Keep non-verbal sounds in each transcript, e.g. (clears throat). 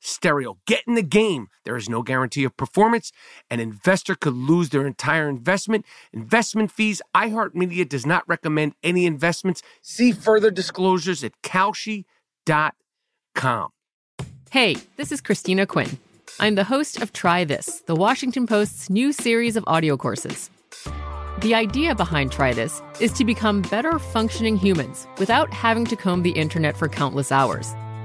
stereo. Get in the game. There is no guarantee of performance. An investor could lose their entire investment. Investment fees. iHeartMedia does not recommend any investments. See further disclosures at Kalshi.com. Hey, this is Christina Quinn. I'm the host of Try This, the Washington Post's new series of audio courses. The idea behind Try This is to become better functioning humans without having to comb the internet for countless hours.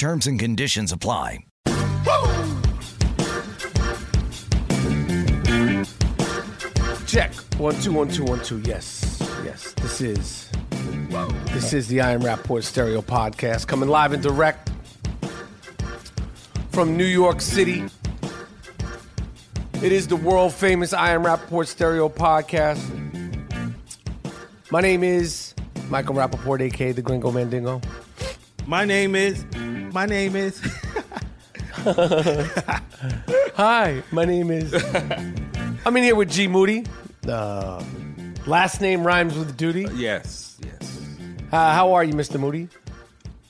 Terms and conditions apply. Check. One, two, one, two, one, two. Yes. Yes. This is this is the Iron Rapport Stereo Podcast coming live and direct from New York City. It is the world famous Iron Rapport Stereo Podcast. My name is Michael Rappaport, aka the Gringo Mandingo. My name is. My name is. Hi, my name is. I'm in here with G Moody. Uh, last name rhymes with duty. Uh, yes, yes. how are you, Mr. Moody?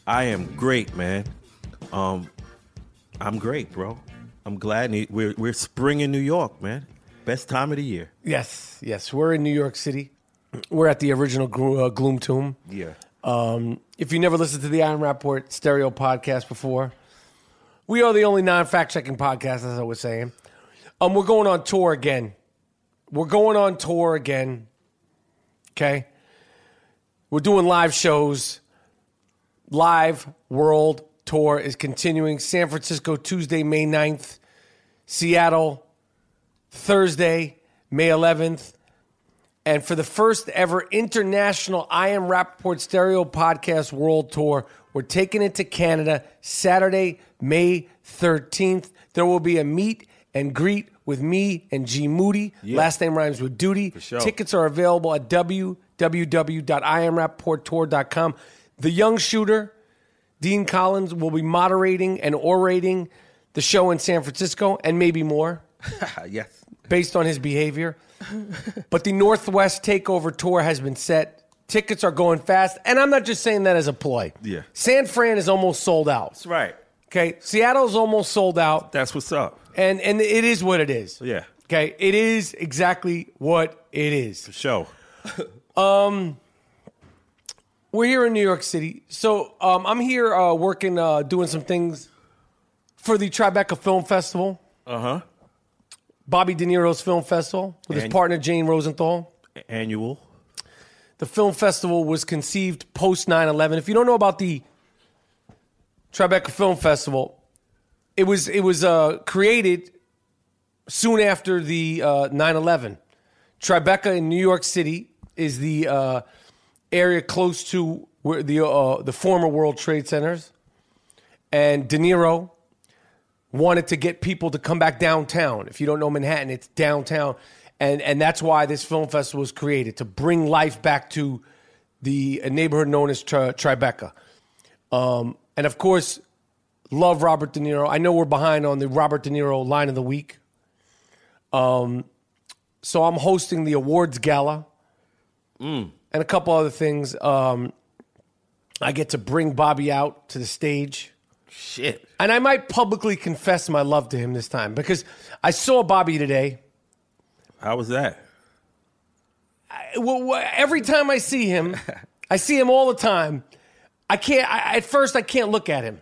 I am great, man. Um, I'm great, bro. I'm glad ne- we're we're spring in New York, man. Best time of the year. Yes, yes. We're in New York City. We're at the original gro- uh, Gloom Tomb. Yeah. Um, if you never listened to the Iron Rapport stereo podcast before, we are the only non fact checking podcast, as I was saying. Um, we're going on tour again. We're going on tour again. Okay. We're doing live shows. Live World Tour is continuing. San Francisco, Tuesday, May 9th. Seattle, Thursday, May 11th. And for the first ever international I Am Rappaport Stereo Podcast World Tour, we're taking it to Canada Saturday, May 13th. There will be a meet and greet with me and G Moody. Last name rhymes with duty. sure. Tickets are available at www.imrapporttour.com. The Young Shooter, Dean Collins, will be moderating and orating the show in San Francisco and maybe more Uh, yes. based on his behavior. but the Northwest Takeover Tour has been set. Tickets are going fast. And I'm not just saying that as a ploy. Yeah. San Fran is almost sold out. That's right. Okay. Seattle's almost sold out. That's what's up. And and it is what it is. Yeah. Okay. It is exactly what it is. Show. We're here in New York City. So um, I'm here uh, working, uh, doing some things for the Tribeca Film Festival, Uh huh. Bobby De Niro's Film Festival with his And- partner, Jane Rosenthal. Annual. the film festival was conceived post 9-11 if you don't know about the tribeca film festival it was it was uh, created soon after the uh, 9/11. Tribeca in New York City is the uh, area close to where the uh, the former World Trade Centers, and De Niro wanted to get people to come back downtown. If you don't know Manhattan, it's downtown, and and that's why this film festival was created to bring life back to the neighborhood known as Tri- Tribeca, um, and of course, love Robert De Niro. I know we're behind on the Robert De Niro line of the week. Um, so I'm hosting the awards gala and a couple other things. Um, I get to bring Bobby out to the stage. Shit. And I might publicly confess my love to him this time because I saw Bobby today. How was that? I- well, well, every time I see him, I see him all the time. I can't. I, at first, I can't look at him.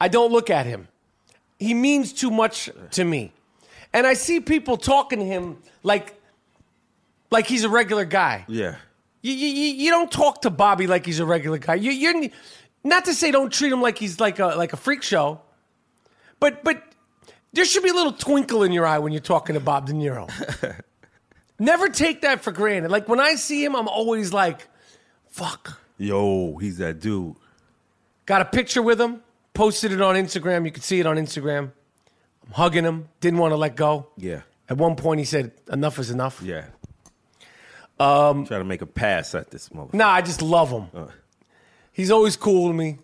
I don't look at him. He means too much to me, and I see people talking to him like, like he's a regular guy. Yeah. You, you, you you don't talk to Bobby like he's a regular guy. You, you're not to say don't treat him like he's like a like a freak show, but but there should be a little twinkle in your eye when you're talking to Bob De Niro. Never take that for granted. Like when I see him, I'm always like, "Fuck." Yo, he's that dude. Got a picture with him, posted it on Instagram. You can see it on Instagram. I'm hugging him. Didn't want to let go. Yeah. At one point, he said, "Enough is enough." Yeah. Um, trying to make a pass at this motherfucker. Nah, I just love him. He's always cool to me.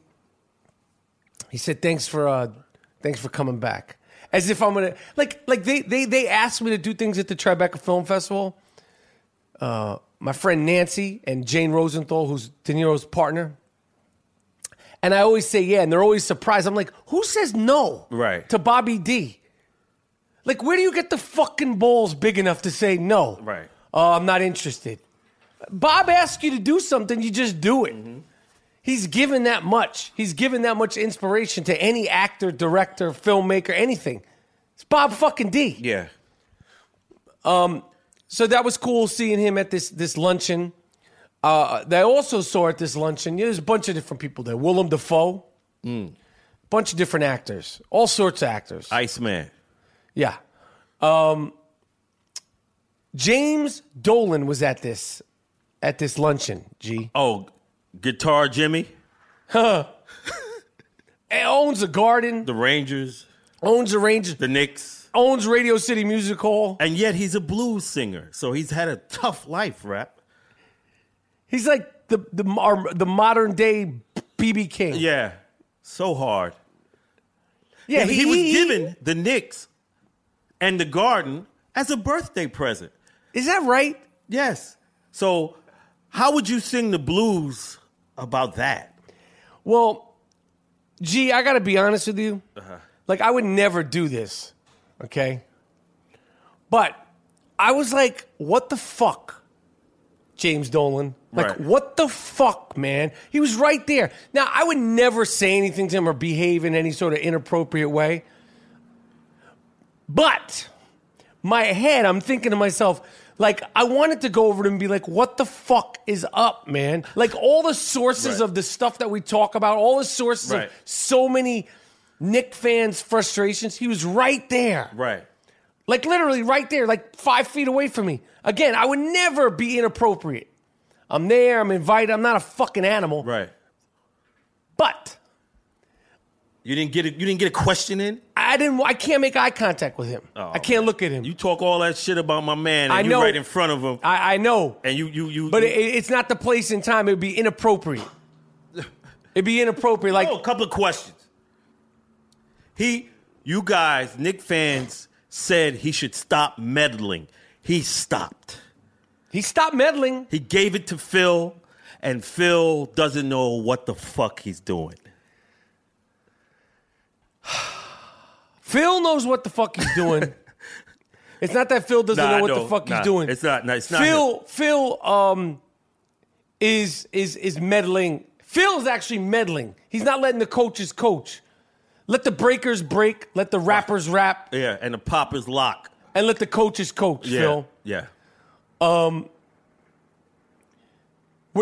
He said, "Thanks for uh, thanks for coming back." As if I'm gonna like like they they they asked me to do things at the Tribeca Film Festival. Uh, my friend Nancy and Jane Rosenthal, who's De Niro's partner, and I always say yeah, and they're always surprised. I'm like, who says no? Right. to Bobby D. Like, where do you get the fucking balls big enough to say no? Right. Oh, I'm not interested. Bob asks you to do something, you just do it. He's given that much. He's given that much inspiration to any actor, director, filmmaker, anything. It's Bob fucking D. Yeah. Um, so that was cool seeing him at this this luncheon. Uh, that I also saw at this luncheon. There's a bunch of different people there. Willem Dafoe, bunch of different actors, all sorts of actors. Iceman. Yeah. Um, James Dolan was at this at this luncheon. G Oh, Guitar Jimmy, Huh. And owns a garden. the Rangers, Owns a range. the Knicks. Owns Radio City Music Hall. And yet he's a blues singer. So he's had a tough life, rap. He's like the the our, the modern day BB King. Yeah. So hard. yeah. And he, was given the Knicks and the Garden as a birthday present. Is that right? Yes. So how would you sing the blues about that? Well, G, I gotta be honest with you. Like, I would never do this, okay? But I was like, what the fuck, James Dolan? Like, Right. what the fuck, man? He was right there. Now, I would never say anything to him or behave in any sort of inappropriate way. But my head, I'm thinking to myself, like, I wanted to go over to him and be like, what the fuck is up, man? Like, all the sources Right. of the stuff that we talk about, all the sources Right. of so many Nick fans' frustrations, he was right there. Right. Like, literally right there, like five feet away from me. Again, I would never be inappropriate. I'm there, I'm invited, I'm not a fucking animal. Right. But You didn't get a, you didn't get a question in? I didn't, I can't make eye contact with him. Oh, I can't look at him. You talk all that shit about my man and I you know. right in front of him. I, I know. and you you you But you, it, it's not the place and time. It'd be inappropriate. It'd be inappropriate. Like, oh, a couple of questions. He, you guys, Nick fans said he should stop meddling. He stopped. he stopped meddling. He gave it to Phil, and Phil doesn't know what the fuck he's doing. Phil knows what the fuck he's doing. it's not that Phil doesn't Nah, know what no, the fuck nah, he's doing. it's not- nah, it's not Phil, Phil um, is, is, is meddling. Phil's actually meddling. He's not letting the coaches coach. Let the breakers break. Let the rappers rap. Yeah, and the popper's lock. And let the coaches coach, Yeah, Phil. yeah. We're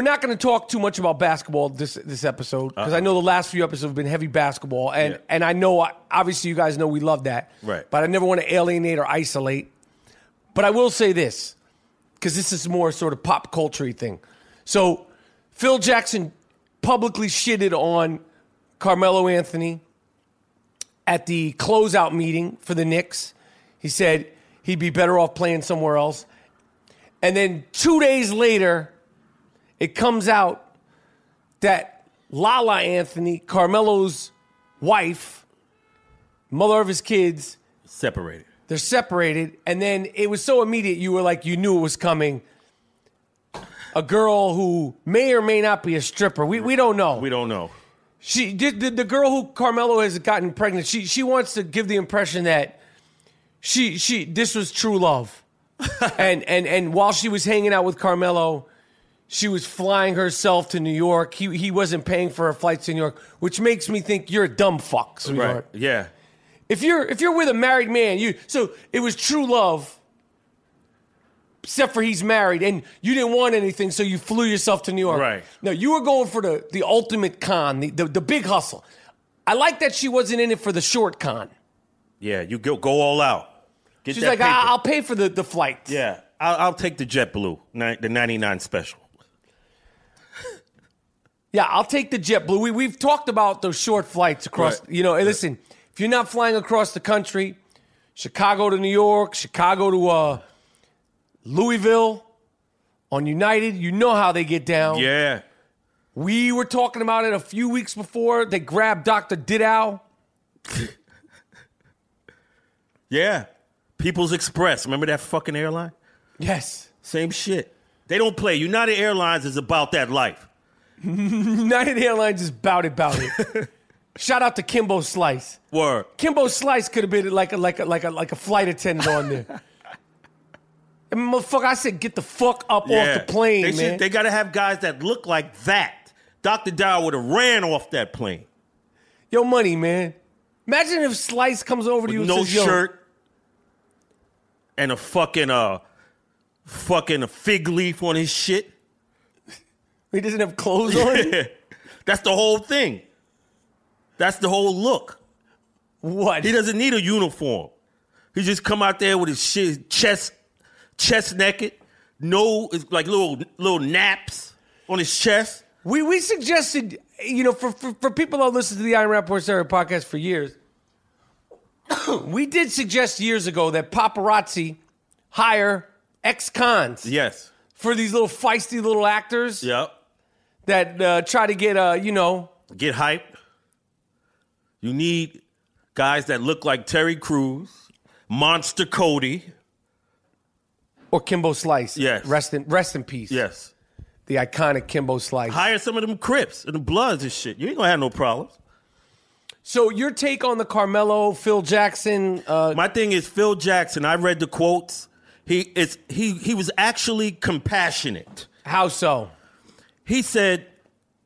not going to talk too much about basketball this this episode because I know the last few episodes have been heavy basketball, and Uh-huh. Yeah. and I know I, obviously you guys know we love that, Right. But I never want to alienate or isolate. But I will say this because this is more sort of pop culture thing. So Phil Jackson publicly shitted on Carmelo Anthony at the closeout meeting for the Knicks. He said he'd be better off playing somewhere else. And then two days later, it comes out that Lala Anthony, Carmelo's wife, mother of his kids, Separated. they're separated. And then it was so immediate, you were like, you knew it was coming. A girl who may or may not be a stripper. We, we don't know. We don't know. She did the, the girl who Carmelo has gotten pregnant. She she wants to give the impression that she she this was true love, and and and while she was hanging out with Carmelo, she was flying herself to New York. He he wasn't paying for her flights to New York, which makes me think you're a dumb fuck, sweetheart. Right. Yeah. If you're if you're with a married man, you so it was true love. Except for he's married and you didn't want anything, so you flew yourself to New York. Right. No, you were going for the the ultimate con, the, the, the big hustle. I like that she wasn't in it for the short con. Yeah. You go go all out. Get She's that like, paper. I, will pay for the, the flight. Yeah, I'll, I'll take the JetBlue, ni- the 99 special. Yeah, I'll take the JetBlue. We, we've talked about those short flights across, Right. you know, and listen, if you're not flying across the country, Chicago to New York, Chicago to uh, Louisville on United, you know how they get down. Yeah. We were talking about it a few weeks before. They grabbed Dr. Didow. Yeah. People's Express. Remember that fucking airline? Yes. Same shit. They don't play. United Airlines is about that life. (laughs) United Airlines is bout it, bout (laughs) it. Shout out to Kimbo Slice. Word. Kimbo Slice could have been like a like a like a like a flight attendant on (laughs) there. and motherfucker, I said get the fuck up off the plane, they man. they gotta have guys that look like that. Dr. Dow would have ran off that plane. Yo, money, man. Imagine if Slice comes over to you and no says, "Yo, shirt and a fucking uh fucking fig leaf on his shit. (laughs) he doesn't have clothes on." That's the whole thing. That's the whole look. (laughs) what? He doesn't need a uniform. He just come out there with his shit, chest, chest naked, no it's like little little naps on his chest. We we suggested, you know, for for, for people that listen to the Iron Rapport Sarah podcast for years, (coughs) we did suggest years ago that paparazzi hire ex-cons Yes. for these little feisty little actors Yep. that uh, try to get, uh, you know, Get hype. You need guys that look like Terry Crews, Monster Cody. or Kimbo Slice. Yes. Rest in rest in peace. Yes. The iconic Kimbo Slice. Hire some of them Crips and the Bloods and shit. You ain't gonna have no problems. So your take on the Carmelo, Phil Jackson, uh, My thing is Phil Jackson. I read the quotes. He it's he he was actually compassionate. how so? He said,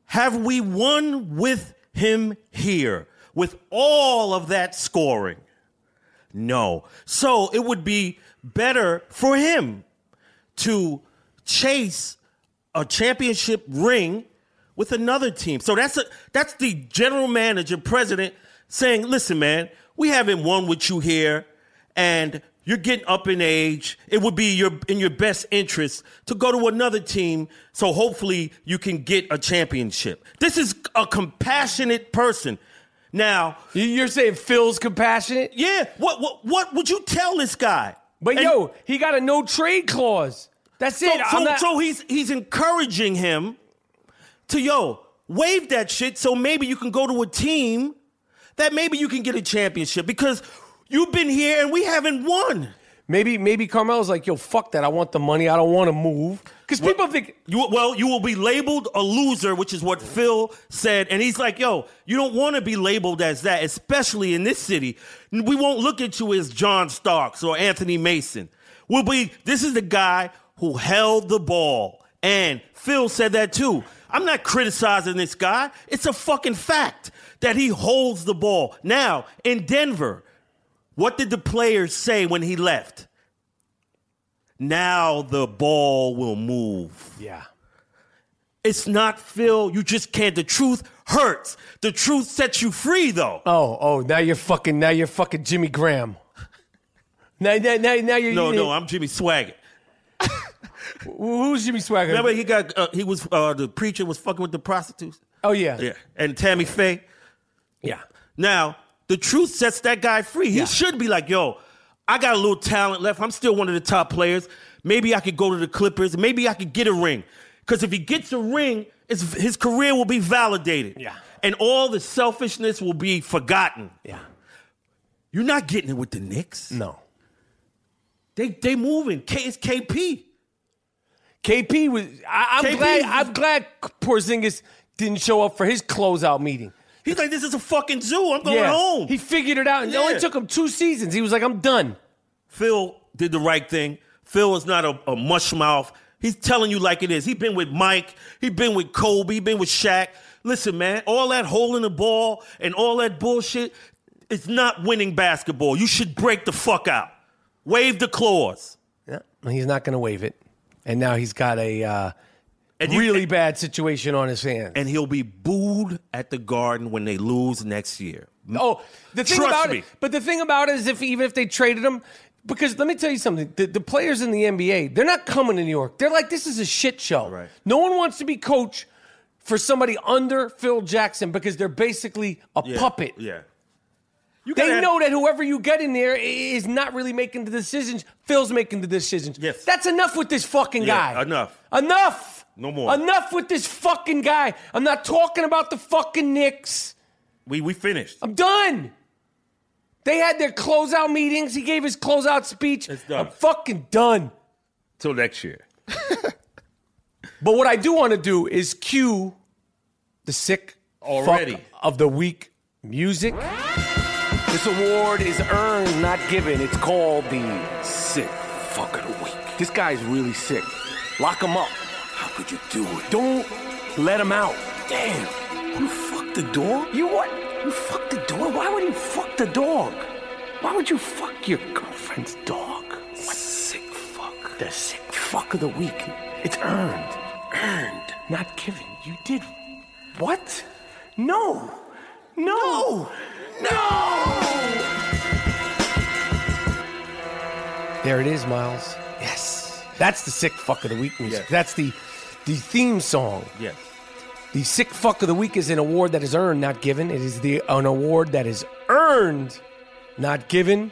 Have we won with him here with all of that scoring? No. So it would be better for him to chase a championship ring with another team. So that's a, that's the general manager president saying, "Listen, man, we haven't won with you here, and you're getting up in age. It would be your in your best interest to go to another team. So hopefully you can get a championship. This is a compassionate person. Now, You- You're saying Phil's compassionate? yeah, what what what would you tell this guy? But And- yo, he got a no trade clause. That's So, it. I'm so, not- so he's he's encouraging him to yo wave that shit so maybe you can go to a team that maybe you can get a championship because you've been here and we haven't won. maybe maybe Carmelo's like, yo, fuck that. I want the money. I don't want to move. Because people think You well, you will be labeled a loser, which is what Phil said, and he's like, "Yo, you don't want to be labeled as that, especially in this city. We won't look at you as John Starks or Anthony Mason. We'll be. This is the guy who held the ball, and Phil said that too. I'm not criticizing this guy. It's a fucking fact that he holds the ball. Now in Denver, what did the players say when he left? Now the ball will move." Yeah. It's not Phil. You just can't. The truth hurts. The truth sets you free, though. Oh, oh, now you're fucking, now you're fucking Jimmy Graham. Now, now, now, now you're no, you- no, I'm Jimmy Swaggart. Who's Jimmy Swagger? Remember, he got uh, he was uh, the preacher was fucking with the prostitutes. oh yeah, Yeah, and Tammy Faye. yeah. Now, the truth sets that guy free. He should be like, yo, I got a little talent left. I'm still one of the top players. Maybe I could go to the Clippers. Maybe I could get a ring. Because if he gets a ring, it's, his career will be validated. Yeah. And all the selfishness will be forgotten. Yeah. You're not getting it with the Knicks. No, They they moving. K, it's KP. KP was. I, I'm KP glad. was- I'm glad Porzingis didn't show up for his closeout meeting. He's like, this is a fucking zoo. I'm going home. He figured it out. and It Yeah. only took him two seasons. He was like, I'm done. Phil did the right thing. Phil is not a, a mush mouth. He's telling you like it is. He's been with Mike. He's been with Kobe. He's been with Shaq. Listen, man, all that holding the ball and all that bullshit, it's not winning basketball. You should break the fuck out. Wave the claws. Yeah. He's not going to waive it. And now he's got a uh, And you- really bad situation on his hands. And he'll be booed at the Garden when they lose next year. Oh, the thing Trust about me. it, but the thing about it is, if even if they traded him, because let me tell you something, the, the players in the NBA, they're not coming to New York. They're like, this is a shit show. Right. No one wants to be coach for somebody under Phil Jackson because they're basically a Yeah, puppet. Yeah. You gotta They have- know that whoever you get in there i- is not really making the decisions. Phil's making the decisions. Yes. That's enough with this fucking Yeah, guy. enough. Enough. No more. Enough with this fucking guy. I'm not talking about the fucking Knicks. We, we finished. I'm done. They had their closeout meetings. He gave his closeout speech. It's done. I'm fucking done. Till next year. But what I do want to do is cue the sick fuck Already. of the week music. This award is earned, not given. It's called the sick fuck of the week. This guy's really sick. Lock him up. How could you do it? Don't let him out. Damn. You fucked the dog? You what? You fucked the dog? Why would you fuck the dog? Why would you fuck your girlfriend's dog? What sick fuck? The sick fuck of the week. It's earned. Earned. Not given. You did. What? No. No. No. There it is, Miles. Yes. That's the sick fuck of the week music. Yes. That's the the theme song. Yes. The Sick Fuck of the Week is an award that is earned, not given. It is the an award that is earned, not given.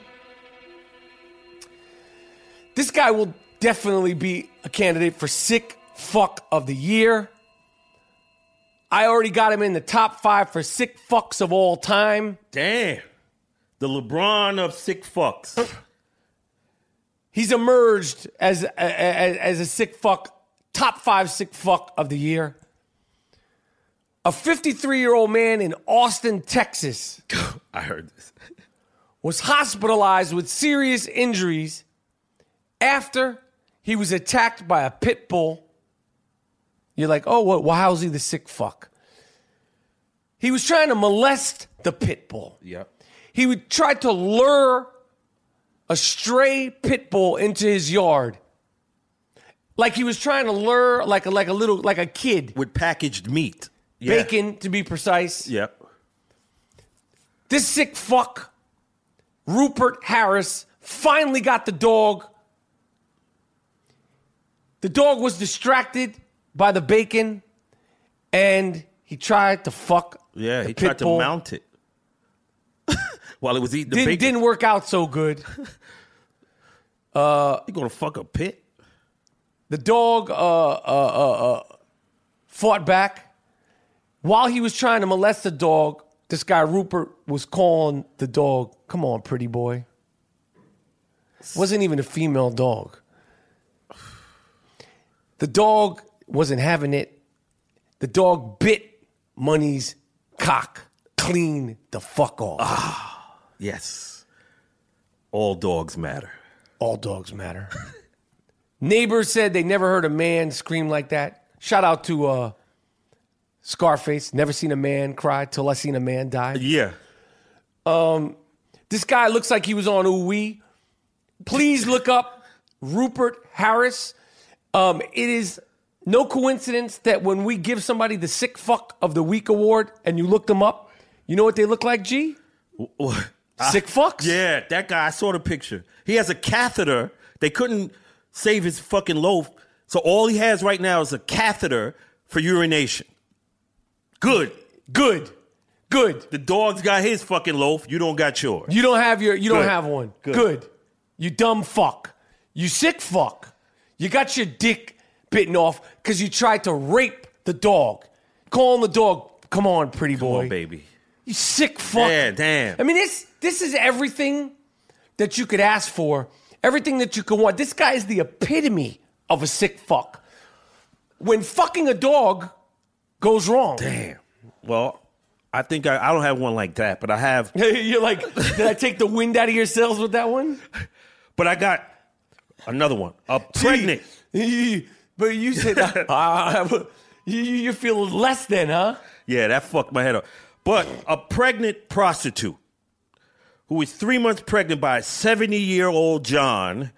This guy will definitely be a candidate for Sick Fuck of the Year. I already got him in the top five for sick fucks of all time. Damn. The LeBron of sick fucks. He's emerged as a, as, as a sick fuck, top five sick fuck of the year. A 53 year old man in Austin, Texas. (laughs) I heard this. was hospitalized with serious injuries after he was attacked by a pit bull. You're like, oh, what? Well, how's he the sick fuck? He was trying to molest the pit bull. Yep. He would try to lure a stray pit bull into his yard, like he was trying to lure, like a, like a little, like a kid, With packaged meat. Yeah. bacon to be precise. Yep. This sick fuck, Rupert Harris, finally got the dog. The dog was distracted by the bacon and he tried to fuck. Yeah, the he pit tried to bull. mount it (laughs) while it was eating the Didn't, bacon. didn't work out so good. You gonna fuck a pit? The dog uh, uh, uh, uh, fought back. While he was trying to molest the dog, this guy Rupert was calling the dog, "Come on, pretty boy." Wasn't even a female dog. The dog wasn't having it. The dog bit Money's cock clean the fuck off. Yes. All dogs matter. All dogs matter. (laughs) Neighbors said they never heard a man scream like that. Shout out to uh, Scarface. Never seen a man cry till I seen a man die. Yeah. This guy looks like he was on Ooh Please look up Rupert Harris. Um, it is No coincidence that when we give somebody the sick fuck of the week award and you look them up, you know what they look like, G? Sick fucks? Ah. Yeah, that guy. I saw the picture. He has a catheter. They couldn't save his fucking loaf, so all he has right now is a catheter for urination. Good. Good. Good. The dog's got his fucking loaf. You don't got yours. You don't have your you don't Good. have one. Good. Good. You dumb fuck. You sick fuck. You got your dick bitten off because you tried to rape the dog. Call on the dog. Come on, pretty boy. Oh, baby. You sick fuck. Yeah, damn. I mean, this this is everything that you could ask for, everything that you could want. This guy is the epitome of a sick fuck. When fucking a dog goes wrong, Damn. Well, I think I, I don't have one like that, but I have. (laughs) you're like, did I take the wind out of your sails with that one? But I got another one. A pregnant. but you said (laughs) uh, you, you you feel less than, huh? Yeah, that fucked my head up. But a pregnant prostitute who is three months pregnant by 70 year old John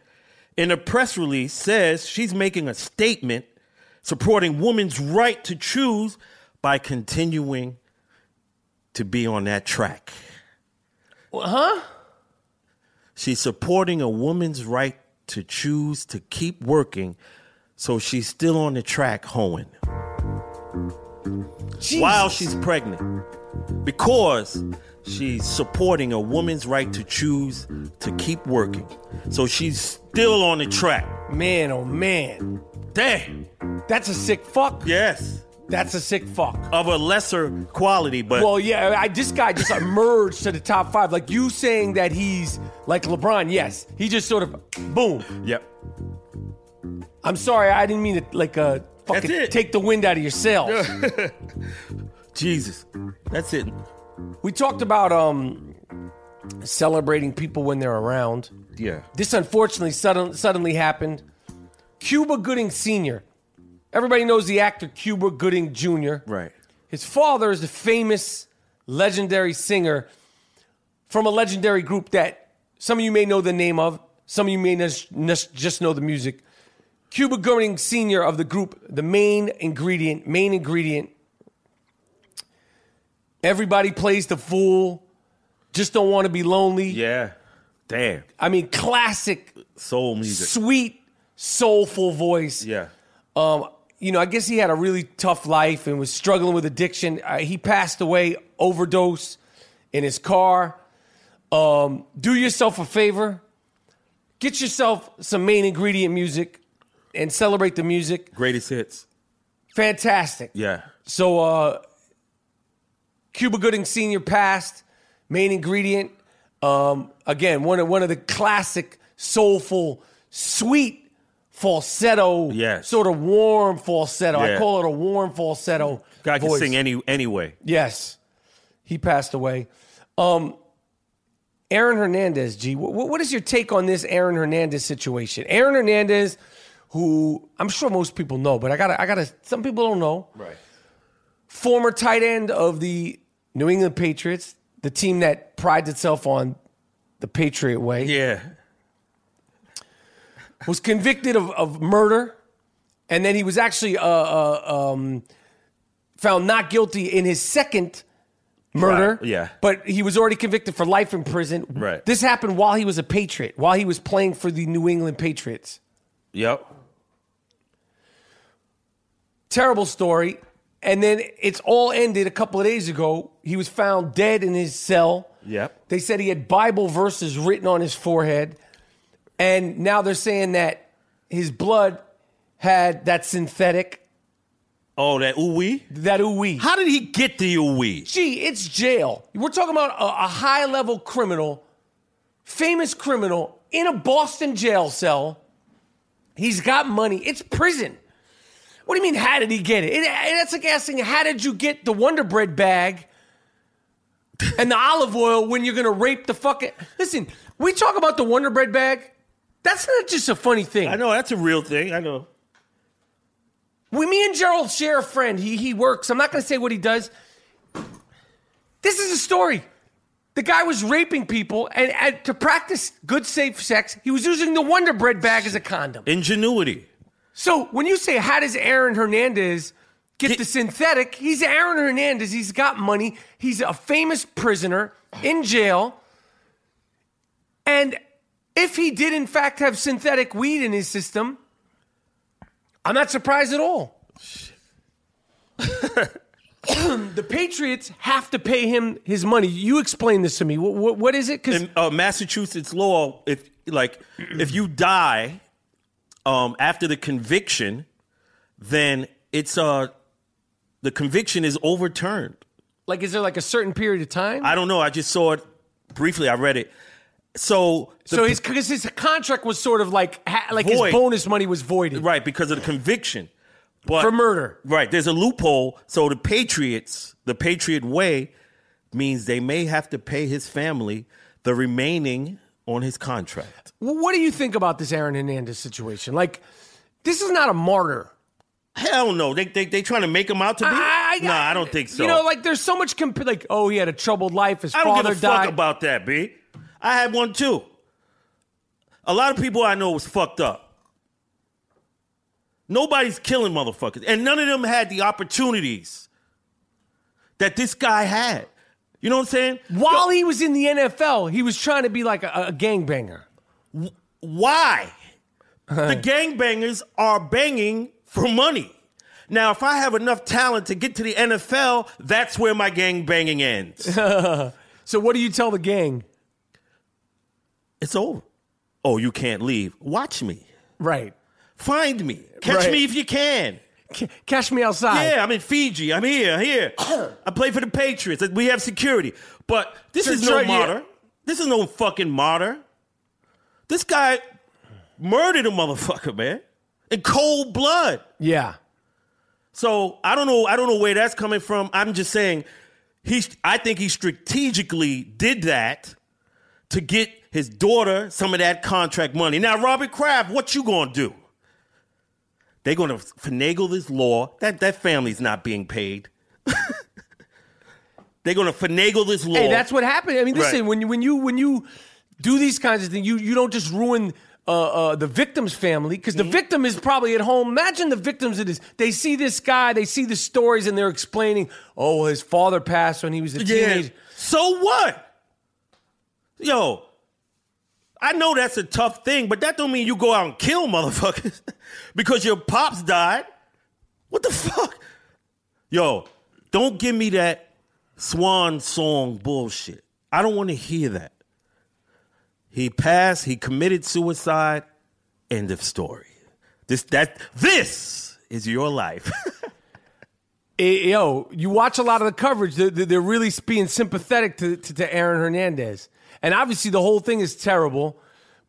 in a press release says she's making a statement supporting women's right to choose by continuing to be on that track. Huh? She's supporting a woman's right to choose to keep working, so she's still on the track hoeing while she's pregnant because she's supporting a woman's right to choose to keep working. So she's still on the track. Man, oh man, Damn. that's a sick fuck. Yes. That's a sick fuck. Of a lesser quality, but Well, yeah, I, this guy just emerged to the top five. Like you saying that he's like LeBron. Yes, he just sort of boom. yep. I'm sorry, I didn't mean to like uh That's fucking it. take the wind out of your sails. Jesus. That's it. we talked about um celebrating people when they're around. Yeah. This unfortunately sudden, suddenly happened. Cuba Gooding Sr. Everybody knows the actor Cuba Gooding Jr. Right. His father is the famous, legendary singer from a legendary group that some of you may know the name of, some of you may nes- nes- just know the music. Cuba Gooding Sr. of the group, the main ingredient, main ingredient. Everybody plays the fool, just don't want to be lonely. Yeah. Damn. I mean, classic, Soul music. sweet, soulful voice. Yeah. Um, you know, I guess he had a really tough life and was struggling with addiction. Uh, he passed away overdose in his car. Um, do yourself a favor, get yourself some main ingredient music, and celebrate the music. Greatest hits. Fantastic. Yeah. So uh Cuba Gooding Sr. passed, main ingredient. Um, again, one of one of the classic soulful, sweet falsetto, Yes. sort of warm falsetto. I Yeah. call it a warm falsetto. God can voice. sing any anyway. Yes. He passed away. Um Aaron Hernandez, G, wh- wh- what is your take on this Aaron Hernandez situation? Aaron Hernandez, who I'm sure most people know, but I gotta, I gotta, some people don't know Right. former tight end of the New England Patriots, the team that prides itself on the Patriot way, Yeah. was convicted of, of murder, and then he was actually uh, uh, um, found not guilty in his second murder. Right, yeah. but he was already convicted for life in prison. Right. This happened while he was a Patriot, while he was playing for the New England Patriots. Yep. terrible story. And then it's all ended a couple of days ago. He was found dead in his cell. Yep. They said he had Bible verses written on his forehead. And now they're saying that his blood had that synthetic, Oh, that ooh wee? that ooey. How did he get the ooh wee? Gee, it's jail. We're talking about a, a high level criminal, famous criminal in a Boston jail cell. He's got money. It's prison. What do you mean, how did he get it? It- it- that's like asking, how did you get the Wonder Bread bag (laughs) and the olive oil when you're going to rape the fucking. Listen, we talk about the Wonder Bread bag. That's not just a funny thing. I know that's a real thing. I know. We, me and Gerald share a friend. He he works. I'm not going to say what he does. This is a story. The guy was raping people, and, and to practice good, safe sex, he was using the Wonder Bread bag as a condom. Ingenuity. So when you say how does Aaron Hernandez get the synthetic? He's Aaron Hernandez. He's got money. He's a famous prisoner in jail. And if he did in fact have synthetic weed in his system, I'm not surprised at all. (laughs) the Patriots have to pay him his money. You explain this to me. What, what, what is it? Because in uh, Massachusetts law, if like if you die um, after the conviction, then it's uh the conviction is overturned. like, is there like a certain period of time? I don't know. I just saw it briefly. I read it. So the- so his because his contract was sort of like ha, like Void. his bonus money was voided right because of the conviction, but for murder. Right. There's a loophole. So the Patriots, the Patriot way means they may have to pay his family the remaining on his contract. Wh- What do you think about this Aaron Hernandez situation? Like, this is not a martyr. Hell no. They they they trying to make him out to be? nah, I don't think so. You know, like there's so much comp- like oh he had a troubled life. His I don't father give a died. fuck about that, B. I had one too. A lot of people I know was fucked up. Nobody's killing motherfuckers. And none of them had the opportunities that this guy had. You know what I'm saying? While he was in the NFL, he was trying to be like a, a gangbanger. (laughs) Why? the gangbangers are banging for money. Now, if I have enough talent to get to the NFL, that's where my gang banging ends. So what do you tell the gang? it's over. Oh, you can't leave. Watch me. Right. Find me. Catch Right. me if you can. C- cash me outside. Yeah, I'm in Fiji. I'm here. (clears throat) Here. I play for the Patriots. We have security. But this Sure, is sure, no yeah. martyr. This is no fucking martyr. This guy murdered a motherfucker, man, in cold blood. Yeah. So I don't know. I don't know where that's coming from. I'm just saying, he. I think he strategically did that to get his daughter some of that contract money. Now, Robert Kraft, what you gonna do? They're gonna finagle this law. That that family's not being paid. (laughs) They're gonna finagle this law. Hey, that's what happened. I mean, listen, Right. when you when you when you do these kinds of things, you you don't just ruin uh, uh, the victim's family because Mm-hmm. the victim is probably at home. Imagine the victims of this. They see this guy, they see the stories, and they're explaining, "Oh, well, his father passed when he was a teenager." So what? Yo, I know that's a tough thing, but that don't mean you go out and kill motherfuckers (laughs) because your pops died. What the fuck? Yo, don't give me that swan song bullshit. I don't want to hear that. He passed, he committed suicide. End of story. This that this is your life. (laughs) Eh, Yo, you watch a lot of the coverage. They're, they're they're really being sympathetic to, to, to Aaron Hernandez, and obviously the whole thing is terrible.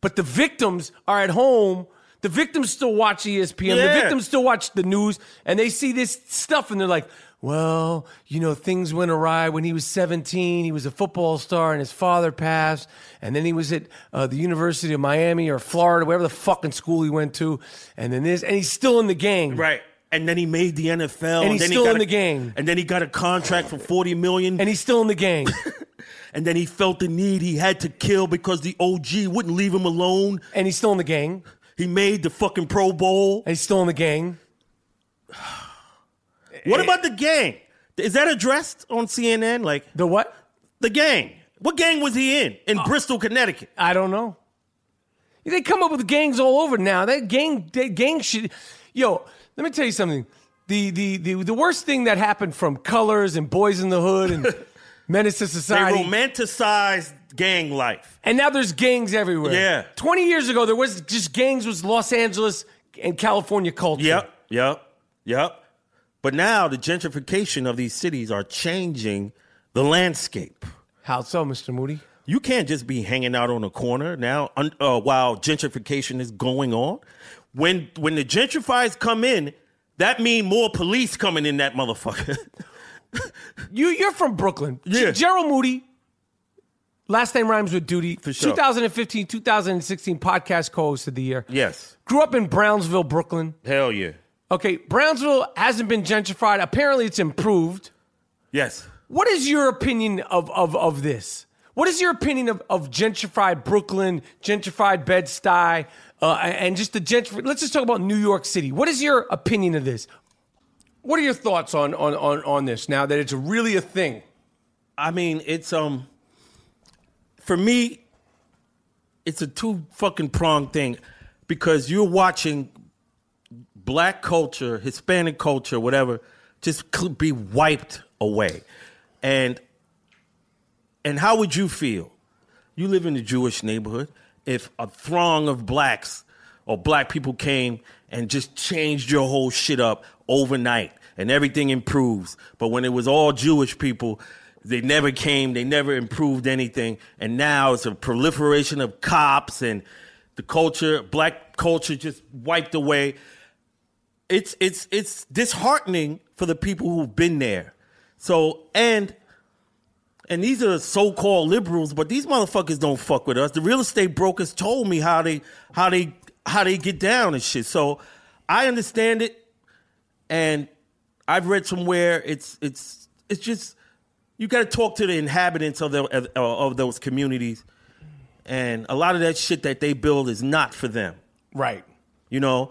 But the victims are at home. The victims still watch E ESPN. Yeah. The victims still watch the news, and they see this stuff, and they're like, "Well, you know, things went awry when he was 17. He was a football star, and his father passed, and then he was at uh, the University of Miami or Florida, wherever the fucking school he went to, and then this, and he's still in the gang, Right. And then he made the NFL. And he's then still he got in a- the game. And then he got a contract for forty million. And he's still in the gang." (laughs) and then he felt the need he had to kill because the OG wouldn't leave him alone. and he's still in the gang. He made the fucking Pro Bowl. And he's still in the gang. What about the gang? Is that addressed on CNN? Like The what? the gang. What gang was he in? Oh. In Bristol, Connecticut. I don't know. They come up with gangs all over now. That gang, that gang shit. Yo, let me tell you something. The the the, the worst thing that happened from Colors and Boys in the Hood (laughs) and Menace to They Society, romanticized gang life. and now there's gangs everywhere. Yeah. Twenty years ago, there was just gangs was Los Angeles and California culture. Yep, yep, yep. But now the gentrification of these cities are changing the landscape. How so, Mr. Moody? You can't just be hanging out on a corner now un, uh, while gentrification is going on. When when the gentrifiers come in, that mean more police coming in that motherfucker. (laughs) You you're from Brooklyn. G- Yeah. Gerald Moody. Last name rhymes with duty. For sure. 2015, 2016 podcast co-host of the year. yes. Grew up in Brownsville, Brooklyn. Hell yeah. Okay, Brownsville hasn't been gentrified. Apparently, it's improved. Yes. What is your opinion of of of this? What is your opinion of, of gentrified Brooklyn, gentrified Bed Stuy, uh, and just the gentrified? Let's just talk about New York City. What is your opinion of this? What are your thoughts on on on, on this now that it's really a thing? I mean, it's um for me, it's a two fucking prong thing because you're watching black culture, Hispanic culture, whatever, just cl- be wiped away. And and how would you feel? You live in a Jewish neighborhood. If a throng of blacks or black people came and just changed your whole shit up overnight and everything improves, but when it was all Jewish people, they never came, they never improved anything, and now it's a proliferation of cops and the culture, black culture just wiped away it's it's it's disheartening for the people who've been there. So and and these are so-called liberals, but these motherfuckers don't fuck with us. The real estate brokers told me how they how they how they get down and shit. So I understand it, and I've read somewhere it's it's it's just you got to talk to the inhabitants of the of, of those communities, and a lot of that shit that they build is not for them Right. you know,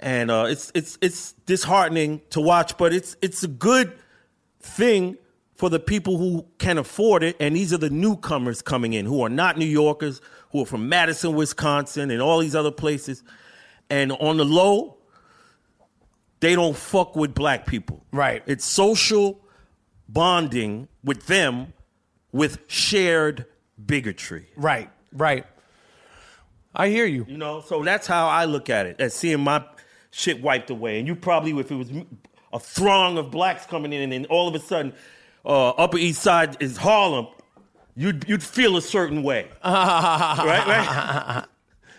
and uh, it's it's it's disheartening to watch, but it's it's a good thing for the people who can afford it, and these are the newcomers coming in who are not New Yorkers, who are from Madison, Wisconsin, and all these other places, and on the low, they don't fuck with black people, Right. It's social bonding with them with shared bigotry. Right. Right. I hear you. You know, so that's how I look at it, at seeing my shit wiped away. And you probably, if it was a throng of blacks coming in, and then all of a sudden, uh, Upper East Side is Harlem, you'd you'd feel a certain way, right? Right?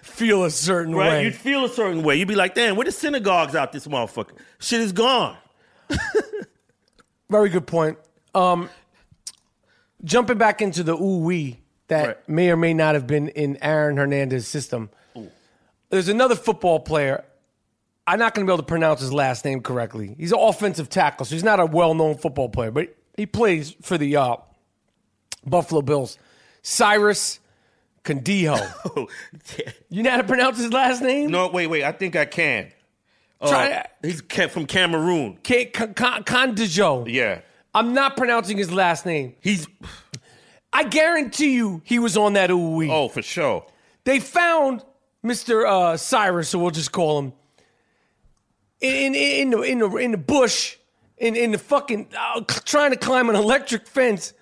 Feel a certain Right? way. You'd feel a certain way. You'd be like, damn, where the synagogues out this motherfucker? Shit is gone. Very good point. Um, jumping back into the ooh wee that Right. may or may not have been in Aaron Hernandez's system. There's another football player. I'm not going to be able to pronounce his last name correctly. He's an offensive tackle, so he's not a well-known football player, but he plays for the uh, Buffalo Bills. Cyrus (laughs) Condiho. you know how to pronounce his last name? Oh, no, wait, wait. I think I can. Uh, Try it. He's ca- from Cameroon. K- Con- Con- Condijo. Yeah. I'm not pronouncing his last name. He's, I guarantee you he was on that ooh wee. oh, for sure. They found Mr. Uh, Cyrus, so we'll just call him, in in in the in the, in the bush, in in the fucking uh, c- trying to climb an electric fence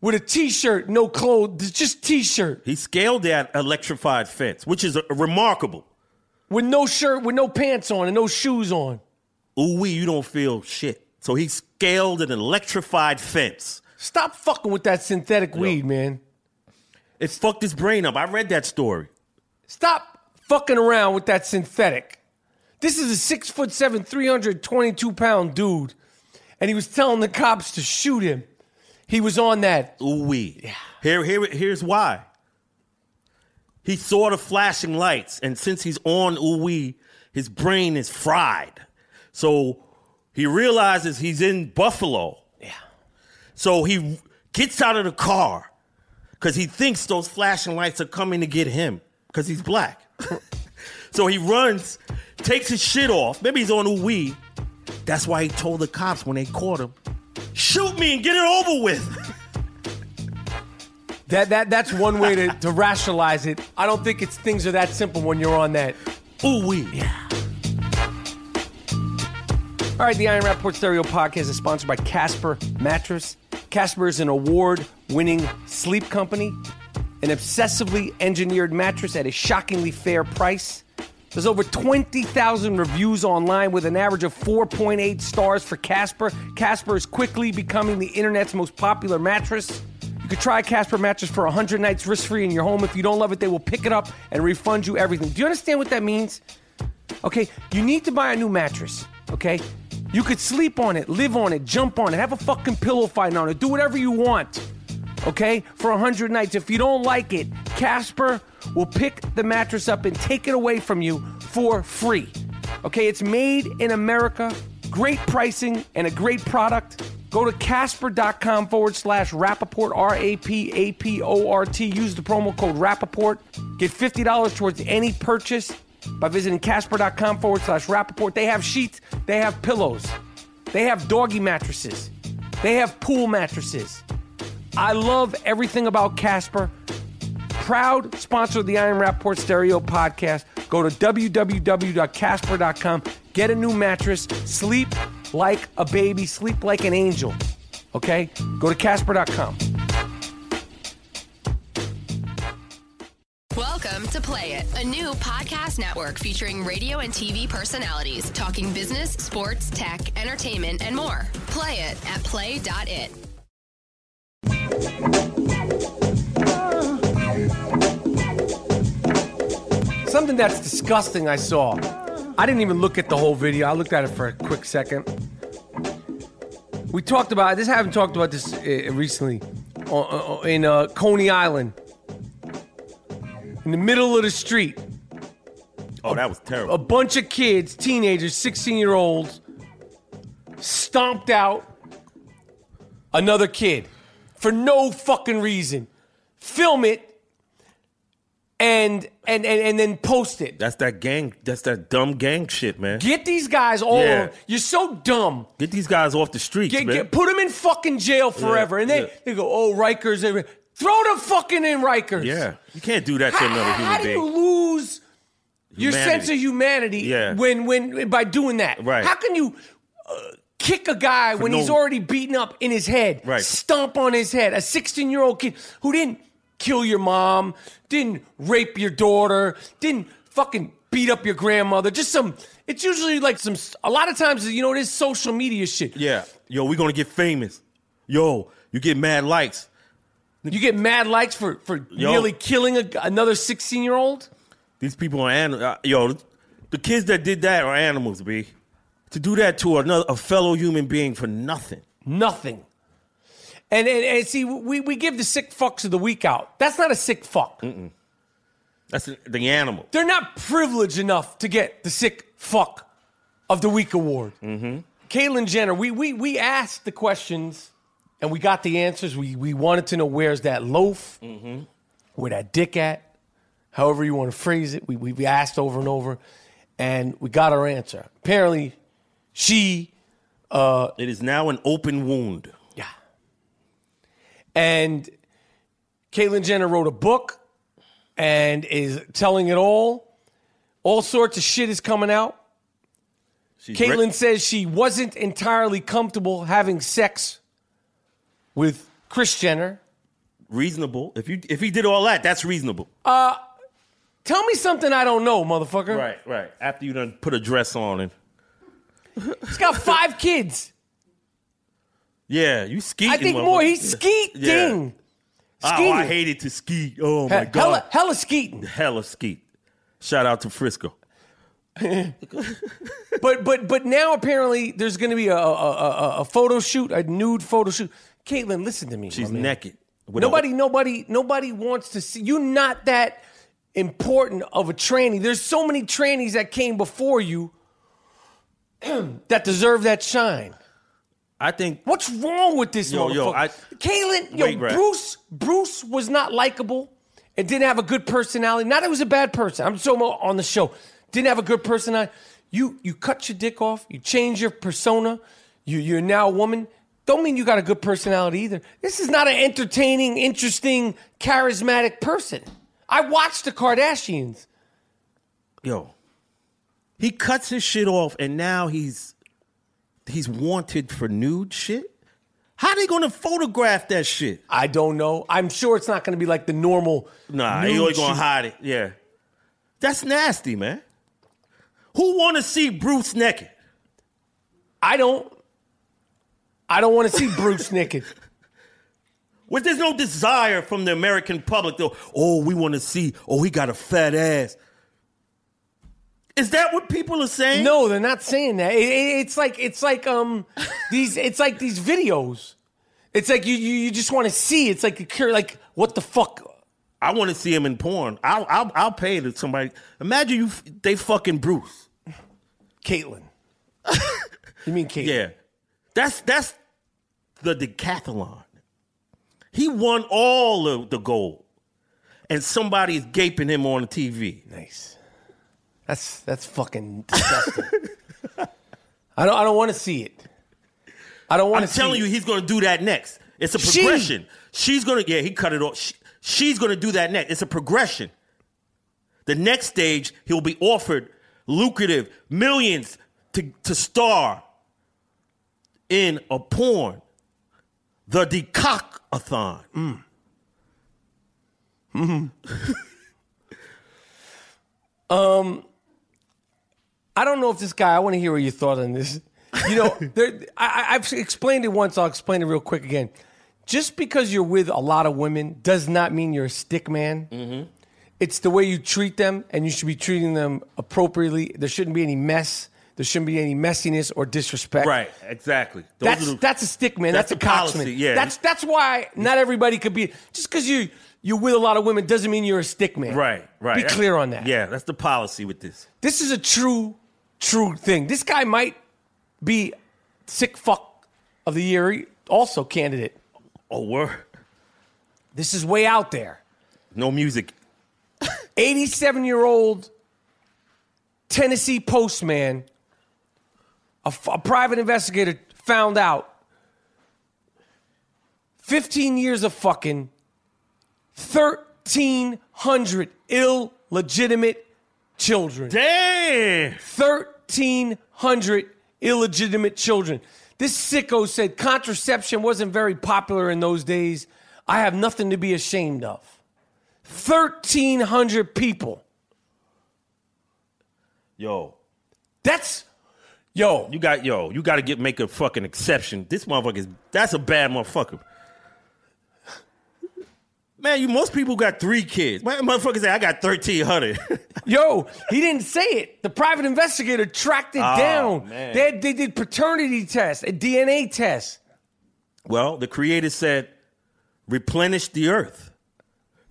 with a t-shirt, no clothes, just t-shirt, He scaled that electrified fence, which is uh, remarkable. with no shirt, with no pants on, and no shoes on. ooh wee, you don't feel shit. So he scaled an electrified fence. Stop fucking with that synthetic weed, man. It fucked his brain up. I read that story. Stop fucking around with that synthetic. This is a six foot seven, 322 pound dude, and he was telling the cops to shoot him. He was on that. Ooh wee. Here, here, here's why. He saw the flashing lights, and since he's on ooh wee, his brain is fried. So he realizes he's in Buffalo. Yeah. So he gets out of the car because he thinks those flashing lights are coming to get him because he's black. (laughs) so he runs, takes his shit off. Maybe he's on ooh wee. That's why he told the cops when they caught him, "Shoot me and get it over with." (laughs) That that that's one way to, to rationalize it. I don't think it's things are that simple when you're on that. Ooh wee. All right, the Iron Rapport Stereo Podcast is sponsored by Casper Mattress. Casper is an award winning sleep company, an obsessively engineered mattress at a shockingly fair price. There's over 20,000 reviews online with an average of 4.8 stars for Casper. Casper is quickly becoming the internet's most popular mattress. You could try a Casper mattress for 100 nights risk free in your home. If you don't love it, they will pick it up and refund you everything. Do you understand what that means? Okay, you need to buy a new mattress. Okay, you could sleep on it, live on it, jump on it, have a fucking pillow fight on it, do whatever you want. Okay, for a hundred nights. If you don't like it, Casper will pick the mattress up and take it away from you for free. Okay, it's made in America, great pricing and a great product. Go to casper.com forward slash Rappaport, R A P A P O R T. Use the promo code Rappaport. Get $50 towards any purchase by visiting casper.com forward slash Rappaport. They have sheets, they have pillows, they have doggy mattresses, they have pool mattresses. I love everything about Casper. Proud sponsor of the Iron Rapport Stereo podcast. Go to www.casper.com. Get a new mattress. Sleep like a baby. Sleep like an angel. Okay? Go to casper.com. Welcome to Play It, a new podcast network featuring radio and TV personalities talking business, sports, tech, entertainment, and more. Play it at play.it. Something that's disgusting I saw. I didn't even look at the whole video. I looked at it for a quick second. We talked about this. I haven't talked about this uh, recently Uh, uh, uh, in uh, Coney Island, in the middle of the street. Oh, that was a terrible. bunch of kids, teenagers, 16 year olds, stomped out another kid for no fucking reason. Film it and and and, and then post it. That's that gang. That's that dumb gang shit, man. Get, Get these guys all Yeah. on. You're so dumb. these guys off the streets, Get, man. get put them in fucking jail forever. and they, yeah. they go, oh, Rikers. they- Throw them fucking in Rikers. yeah, you can't do that to How, another how- human how do being. you lose your Humanity. sense of humanity Yeah. when when by doing that? Right. How can you uh, kick a guy when no- he's already beaten up in his head? Right. Stomp on his head. A 16 year old kid who didn't kill your mom, didn't rape your daughter, didn't fucking beat up your grandmother. Just some. It's usually like some. A lot of times, you know, this social media shit. Yeah. Yo, we gonna get famous. Yo, you get mad likes. You get mad likes for for Yo. nearly killing a, another 16 year old. These people are animals. Uh, yo, the kids that did that are animals, b. To do that to another a fellow human being for nothing. Nothing. And, and, and see, we, we give the sick fucks of the week out. That's not a sick fuck. That's the, the animal. They're not privileged enough to get the sick fuck of the week award. Mm-hmm. Caitlyn Jenner, we, we, we asked the questions and we got the answers. We, we wanted to know where's that loaf, Mm-hmm. where that dick at, however you want to phrase it. We, we, we asked over and over and we got our answer. Apparently, she It is now an open wound. Yeah. And Caitlyn Jenner wrote a book and is telling it all. All sorts of shit is coming out. She's re- Caitlyn says she wasn't entirely comfortable having sex with Chris Jenner. reasonable. If you if he did all that, that's reasonable. Uh, Tell me something I don't know, motherfucker. right, right. After you done put a dress on and He's got five kids. yeah, you ski. I think more. He's skeeting. Oh, I hated to ski. Oh my god. Hella, hella skeeting. Hella skeet. Shout out to Frisco. but but but now apparently there's going to be a, a, a, a- a photo shoot, a nude photo shoot. Caitlin, listen to me. She's my man. naked. With a- Nobody, nobody, nobody wants to see you. Not that important of a tranny. There's so many trannies that came before you (clears throat) that deserve that shine. I think What's wrong with this Yo, motherfucker? yo, I- Caitlin, yo, Wait, Brad. Bruce, Bruce was not likable and didn't have a good personality. Not that he was a bad person. I'm so mo- on the show. Didn't have a good personality. You you cut your dick off. You change your persona. You you're now a woman. Don't mean you got a good personality either. This is not an entertaining, interesting, charismatic person. I watched the Kardashians. yo he cuts his shit off and now he's he's wanted for nude shit how they gonna photograph that shit I don't know. I'm sure it's not going to be like the normal. nah nude he always shoot. gonna hide it yeah that's nasty man who wanna see bruce naked I don't. I don't want to see Bruce naked. well, there's no desire from the American public though. Oh, we want to see. Oh, he got a fat ass. Is that what people are saying? No, they're not saying that. It, it- it's like it's like um these it's like these videos. It's like you you, you just want to see. It's like a cure. Like what the fuck? I want to see him in porn. I'll I'll, I'll pay to somebody. Imagine you f- they fucking Bruce. (laughs) Caitlyn. you mean Caitlyn? Yeah, that's that's the decathlon. He won all of the gold, and somebody's gaping him on the TV. Nice. That's that's fucking (laughs) disgusting. I don't I don't want to see it. I don't want I'm to. see telling you, it. he's going to do that next. It's a She- progression. She's going to, yeah, he cut it off. She- she's going to do that next. It's a progression. The next stage, he'll be offered lucrative millions to, to star in a porn, the Decockathon. I don't know if this guy. I want to hear what your thought on this. You (laughs) know, there, I, I- I've explained it once. I'll explain it real quick again. Just because you're with a lot of women does not mean you're a stick man. Mm-hmm. It's the way you treat them, and you should be treating them appropriately. There shouldn't be any mess. There shouldn't be any messiness or disrespect. Right, exactly. Those That's are the- that's a stick man. That's, that's a the cocksman. policy, yeah. That's that's why not everybody could be just because you you're with a lot of women doesn't mean you're a stick man. right, right. Be That's- clear on that. Yeah, that's the policy with this. This is a true, true thing. This guy might be sick fuck of the year also candidate. Oh, word. This is way out there. No music. 87 year old Tennessee postman, a, f- a private investigator found out 15 years of fucking, 1,300 illegitimate children. Damn. 1,300 illegitimate children. This sicko said contraception wasn't very popular in those days. I have nothing to be ashamed of. 1,300 people. Yo, That's, yo, You got yo, you got to get make a fucking exception. This motherfucker is that's a bad motherfucker. Man, you most people got three kids. Man, motherfucker say I got thirteen hundred. (laughs) yo, he didn't say it. The private investigator tracked it down. man. They, had- they did paternity tests, a DNA test. well, the creator said, replenish the earth,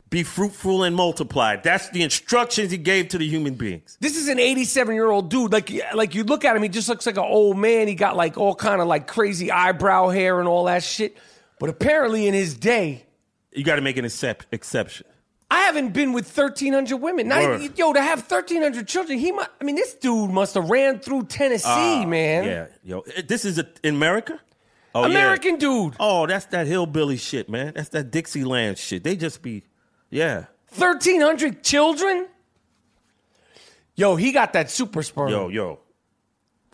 be fruitful and multiply. That's the instructions he gave to the human beings. This is an 87 year old dude. Like, like you look at him, he just looks like an old man. He got like all kind of like crazy eyebrow hair and all that shit. But apparently, in his day, You got to make an excep- exception. I haven't been with 1,300 women. Not Word. even, yo, to have 1,300 children, he must, I mean, this dude must have ran through Tennessee, man. Ah, Yeah, yo, eh, this is a, in America. Oh, yeah. American dude, Oh, that's that hillbilly shit, man. That's that Dixieland shit. They just be, yeah. 1,300 children. Yo, he got that super sperm. Yo, yo.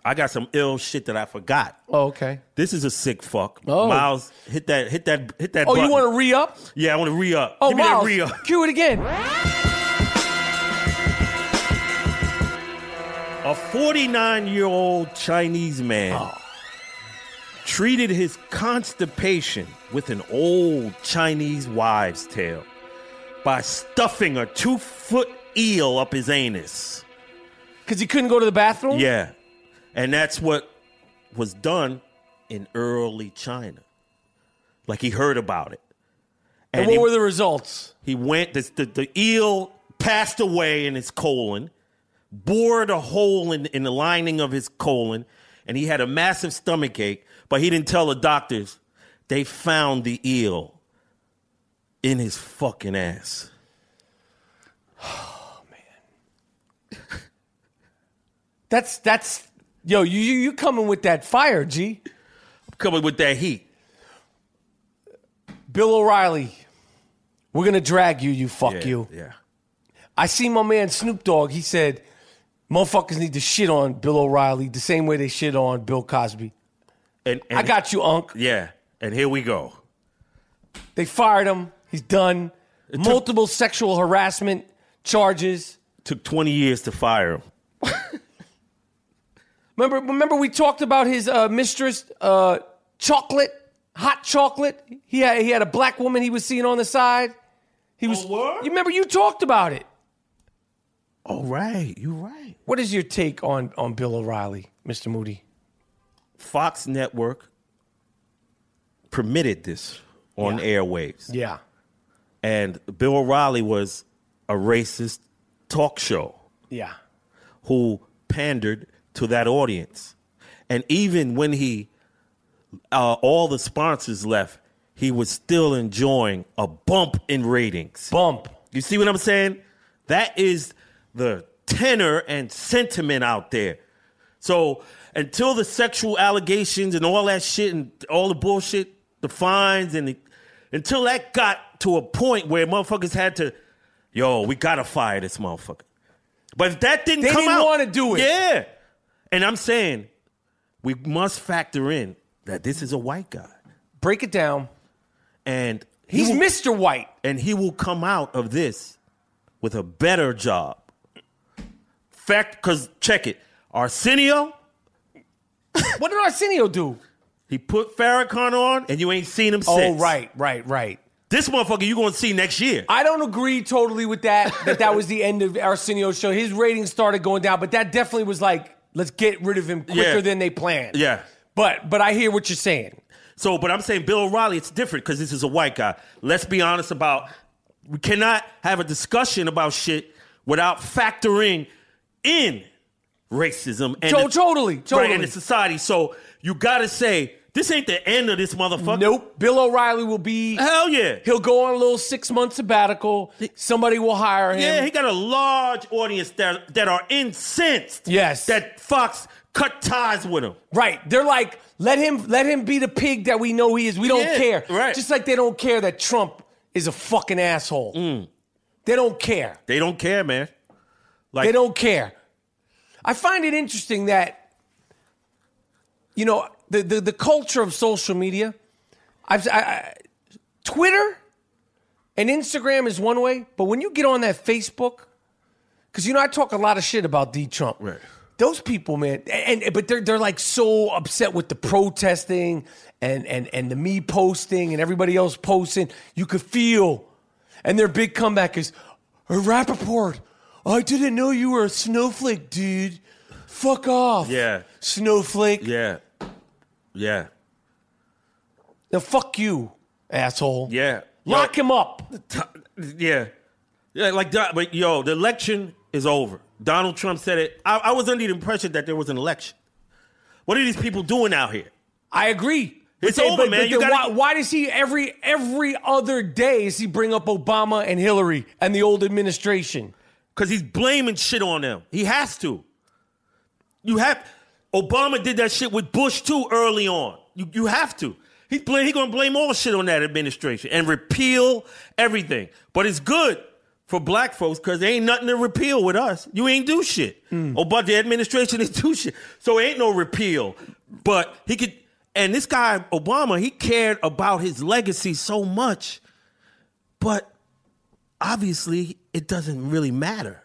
I got some ill shit that I forgot. Oh, okay. This is a sick fuck. Oh. Miles, hit that, hit that, hit that. Oh, button. you want to re up? Yeah, I want to re up. Oh, Give me that wow. re up. Cue it again. A 49 year old Chinese man Oh. treated his constipation with an old Chinese wives' tale by stuffing a two foot eel up his anus. Because he couldn't go to the bathroom? Yeah. And that's what was done in early China. Like he heard about it. And, he, what were the results? he went, the, the, the eel passed away in his colon, bored a hole in, in the lining of his colon, and he had a massive stomach ache, but he didn't tell the doctors. They found the eel in his fucking ass. That's that's yo, you you you coming with that fire, G. Coming with that heat. Bill O'Reilly. We're gonna drag you, you fuck you. Yeah. I see my man Snoop Dogg, he said, motherfuckers need to shit on Bill O'Reilly the same way they shit on Bill Cosby. And, and I got you, Unc. Yeah. And here we go. They fired him. He's done. took- Multiple sexual harassment charges. Took 20 years to fire him. Remember, remember we talked about his uh, mistress, uh, chocolate, hot chocolate. He had, he had a black woman he was seeing on the side. He was. word? You remember you talked about it. Oh, All right, you're right. What is your take on on Bill O'Reilly, Mr. Moody? Fox Network permitted this on airwaves, Yeah. and Bill O'Reilly was a racist talk show Yeah. who pandered to that audience, and even when he uh, all the sponsors left, he was still enjoying a bump in ratings. Bump. You see what I'm saying? That is the tenor and sentiment out there. So until the sexual allegations and all that shit and all the bullshit, the fines and the, until that got to a point where motherfuckers had to, yo, we gotta fire this motherfucker. But if that didn't They come didn't out, wanna do it. Yeah, and I'm saying we must factor in that this is a white guy Break it down. and he He's will- Mr. White. and he will come out of this with a better job. Fact, because check it, Arsenio, What did Arsenio do? he put Farrakhan on, and you ain't seen him since. Oh, right, right, right. This motherfucker you gonna see next year. I don't agree totally with that. That that was the end of Arsenio's show. His ratings started going down, but that definitely was like, let's get rid of him quicker Yeah. than they planned. yeah. But but I hear what you're saying. So, but I'm saying Bill O'Reilly, it's different because this is a white guy. Let's be honest about. We cannot have a discussion about shit without factoring in racism and To- totally, right, and totally. the society. So you gotta say this ain't the end of this motherfucker. Nope. Bill O'Reilly will be. Hell yeah. He'll go on a little six month sabbatical. Somebody will hire him. Yeah, he got a large audience that that are incensed. Yes. that Fox cut ties with him. Right. They're like, let him let him be the pig that we know he is. We don't Yeah, care. right. Just like they don't care that Trump is a fucking asshole. Mm. They don't care. They don't care, man. They don't care. I find it interesting that you know the the, the culture of social media. I've I, I, Twitter and Instagram is one way, but when you get on that Facebook, because you know I talk a lot of shit about D Trump. Right. Those people, man, and, and- but they're they're like so upset with the protesting and and and the me posting and everybody else posting. You could feel, and their big comeback is, Rappaport, I didn't know you were a snowflake, dude. Fuck off. Yeah. Snowflake. Yeah, yeah, Now fuck you, asshole. yeah. Lock him up. Yeah, yeah. Like, that, but yo, the election is over. Donald Trump said it. I, I was under the impression that there was an election. What are these people doing out here? I agree. But It's over, man. You then gotta- why, why does he every every other day does he bring up Obama and Hillary and the old administration? Because he's blaming shit on them. He has to. You have Obama did that shit with Bush too early on. You you have to. He's blame he gonna blame all shit on that administration and repeal everything. But it's good for black folks because there ain't nothing to repeal with us. You ain't do shit. Oh, but the administration is (laughs) do shit. So ain't no repeal. But he could and this guy, Obama, he cared about his legacy so much, but obviously it doesn't really matter.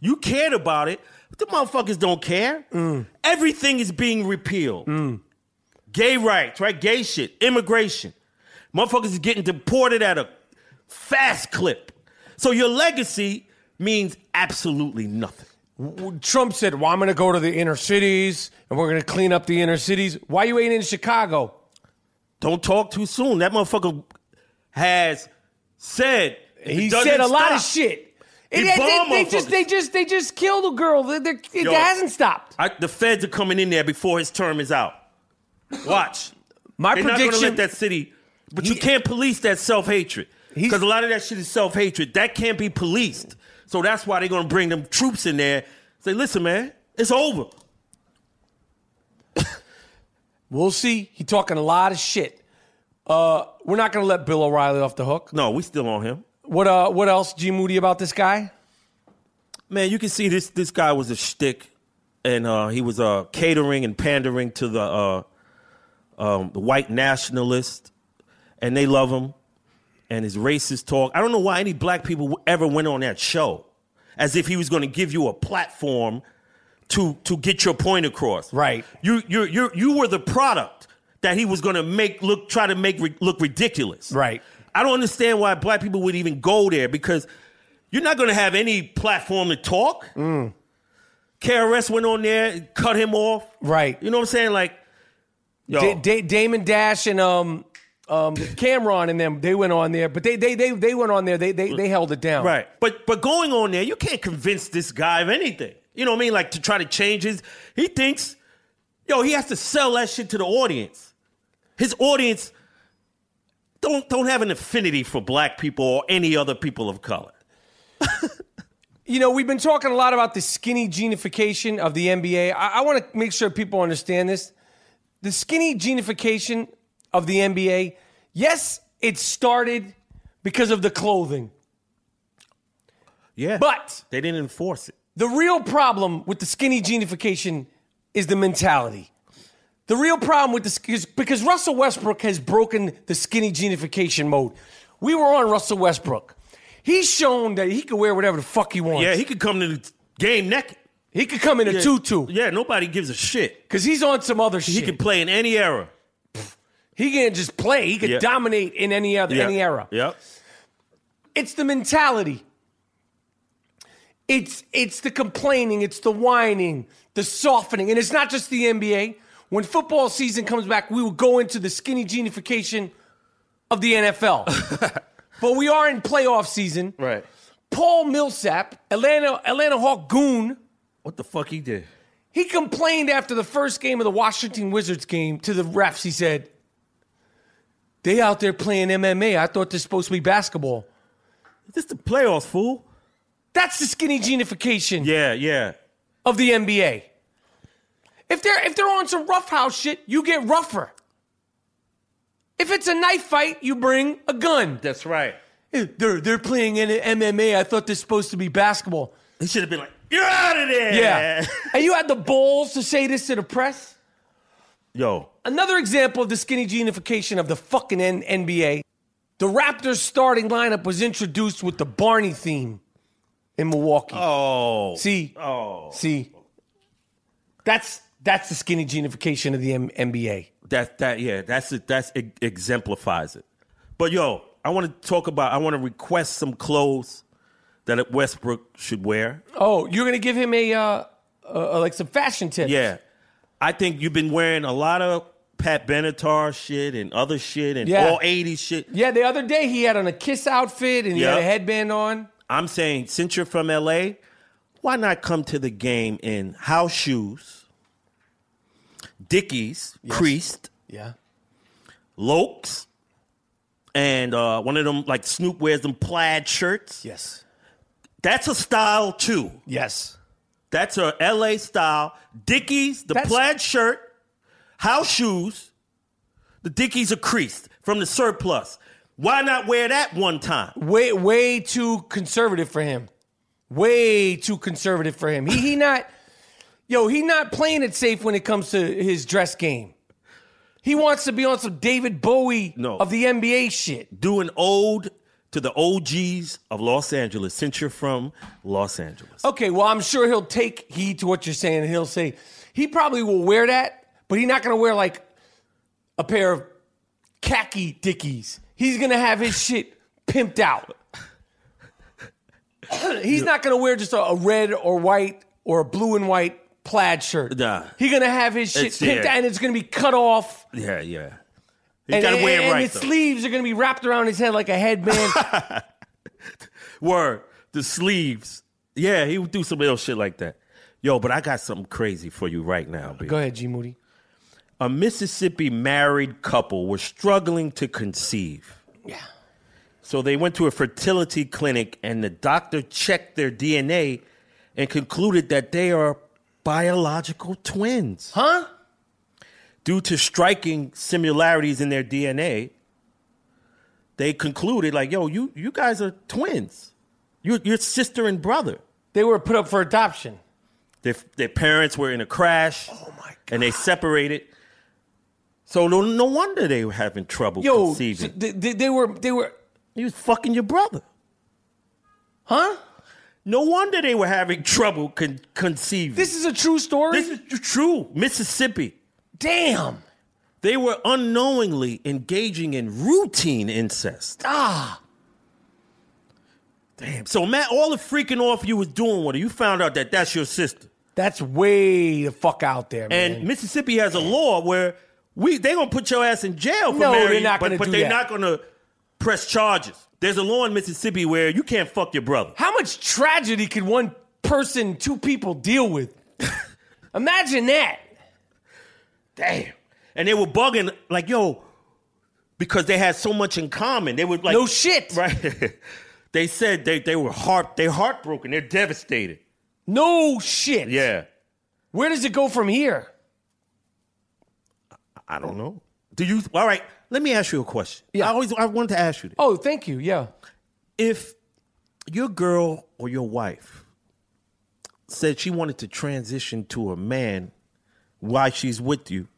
You cared about it. but The motherfuckers don't care. Mm. Everything is being repealed. Gay rights, right? Gay shit, immigration. Motherfuckers is getting deported at a fast clip. So your legacy means absolutely nothing. Trump said, "Well, I'm going to go to the inner cities and we're going to clean up the inner cities." Why you ain't in Chicago? Don't talk too soon. That motherfucker has said He it doesn't said a lot of stop. shit. He It- it- bomb they, they just motherfuckers. they just they just killed a girl. They- they're- it Yo. hasn't stopped. I, the feds are coming in there before his term is out. Watch. My They're not prediction. going to let that city. But you can't police that self hatred He's- because a lot of that shit is self hatred. That can't be policed. So that's why they're going to bring them troops in there. Say, listen, man, it's over. we'll see. He talking a lot of shit. Uh, we're not going to let Bill O'Reilly off the hook. No, we still on him, What uh? What else, G Moody, about this guy? man. You can see this. This guy was a shtick, and uh, he was uh, catering and pandering to the uh, um, the white nationalist, and they love him. And his racist talk. I don't know why any black people ever went on that show, as if he was going to give you a platform to to get your point across. Right. You you you you were the product that he was going to make look try to make ri- look ridiculous. Right. I don't understand why black people would even go there because you're not going to have any platform to talk. KRS went on there, and cut him off. Right. You know what I'm saying? Like, yo, Da- Da- Damon Dash and um, um, Cameron and them they went on there, but they they they they went on there. They they they held it down. right? But but going on there, you can't convince this guy of anything. You know what I mean? Like to try to change his. He thinks, yo, he has to sell that shit to the audience. his audience don't don't have an affinity for black people or any other people of color. You know, we've been talking a lot about the skinny genification of the NBA. I, I want to make sure people understand this. The skinny genification of the NBA, yes, it started because of the clothing. Yeah. But they didn't enforce it. the real problem with the skinny genification is the mentality. The real problem with this is because Russell Westbrook has broken the skinny genification mode. We were on Russell Westbrook. He's shown that he can wear whatever the fuck he wants. Yeah, he could come to the game naked. He could come in a Yeah. tutu Yeah, nobody gives a shit. because he's on some other shit. He could play in any era. He can just play. He can Yeah. dominate in any other Yeah. any era. Yep. It's the mentality. It's it's the complaining. It's the whining. The softening, and it's not just the NBA. When football season comes back, we will go into the skinny genification of the NFL. but we are in playoff season. Right. Paul Millsap, Atlanta Atlanta Hawk goon. What the fuck he did? He complained after the first game of the Washington Wizards game to the refs. He said, They out there playing MMA. I thought this supposed to be basketball. This the playoffs, fool. That's the skinny genification Yeah, yeah. of the NBA. If they're if they're on some roughhouse shit, you get rougher. If it's a knife fight, you bring a gun. That's right. They're they're playing in MMA. I thought this supposed to be basketball. He should have been like, "You're out of there." Yeah. and you had the balls to say this to the press? (laughs) Yo, Another example of the skinny genification of the fucking N- NBA. The Raptors starting lineup was introduced with the Barney theme in Milwaukee. Oh. see, Oh. see, that's that's the skinny genification of the M- NBA. That that yeah, that's it. That's it exemplifies it. But yo, I want to talk about. I want to request some clothes that Westbrook should wear. Oh, you're gonna give him a uh, uh like some fashion tips? Yeah, I think you've been wearing a lot of Pat Benatar shit and other shit and Yeah. all '80s shit. yeah. The other day he had on a Kiss outfit and he had Yeah. a headband on. I'm saying since you're from LA, why not come to the game in house shoes, Dickies, creased, Yeah, Lokes, and uh, one of them like Snoop wears them plaid shirts. yes, That's a style too. yes. That's her LA style. Dickies, the That's- plaid shirt, house shoes. The Dickies are creased from the surplus. Why not wear that one time? way way too conservative for him. Way too conservative for him. He he not yo, he not playing it safe when it comes to his dress game. He wants to be on some David Bowie No. of the NBA shit. Do an ode to the OGs of Los Angeles since you're from Los Angeles. Okay, well, I'm sure he'll take heed to what you're saying and he'll say he probably will wear that, but he's not going to wear like a pair of khaki dickies. He's going to have his shit pimped out. (coughs) he's not going to wear just a, a red or white or a blue and white plaid shirt. Nah. He's going to have his shit It's- pimped yeah. out and it's going to be cut off. Yeah, yeah. You And, gotta wear it and right. his though. sleeves are going to be wrapped around his head like a (laughs) headband. Word. The sleeves. Yeah, he would do some ill shit like that. Yo, but I got something crazy for you right now, B. Go ahead, G Moody. A Mississippi married couple were struggling to conceive. Yeah. So they went to a fertility clinic and the doctor checked their DNA and concluded that they are biological twins. Huh? Due to striking similarities in their DNA, they concluded like, yo, you you guys are twins. You're, you're sister and brother. They were put up for adoption. Their, their parents were in a crash. Oh my god. And they separated. So no, no wonder they were having trouble Yo, conceiving. they, they, they were they were you was fucking your brother. Huh? No wonder they were having trouble con- conceiving. This is a true story? This is tr- true. Mississippi. Damn. They were unknowingly engaging in routine incest. Ah. Damn. So, Matt, all the freaking off you was doing with her, you found out that that's your sister. That's way the fuck out there, man. And Mississippi has a law where we they gonna put your ass in jail for No, they're marrying, you, not but, gonna but do they're that. not gonna press charges. There's a law in Mississippi where you can't fuck your brother. How much tragedy could one person, two people deal (laughs) with? Imagine that. Damn. And they were bugging like, yo, because they had so much in common. They would like (laughs) No shit. right? (laughs) they said they they were heart they heartbroken. They're devastated. No shit. Yeah, Where does it go from here? I don't know. Do you? All right. Let me ask you a question. Yeah. I always I wanted to ask you this. Oh, thank you. Yeah. if your girl or your wife said she wanted to transition to a man while she's with you,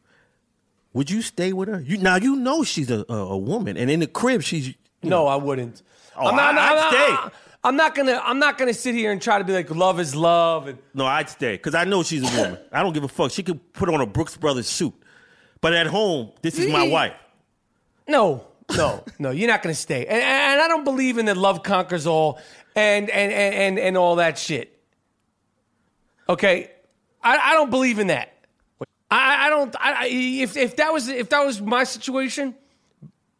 would you stay with her? You now you know she's a, a, a woman, and in the crib she's No, I wouldn't. Oh, I- I'd I'm stay. I'm not gonna. I'm not gonna sit here and try to be like love is love and no. I'd stay because I know she's (laughs) a woman. I don't give a fuck. She could put on a Brooks Brothers suit, but at home this is my Yeah. wife. No, no, no. You're not going to stay. And, and I don't believe in that love conquers all and and and and, and all that shit. Okay, I, I don't believe in that. I, I don't. I, I- if if that was if that was my situation,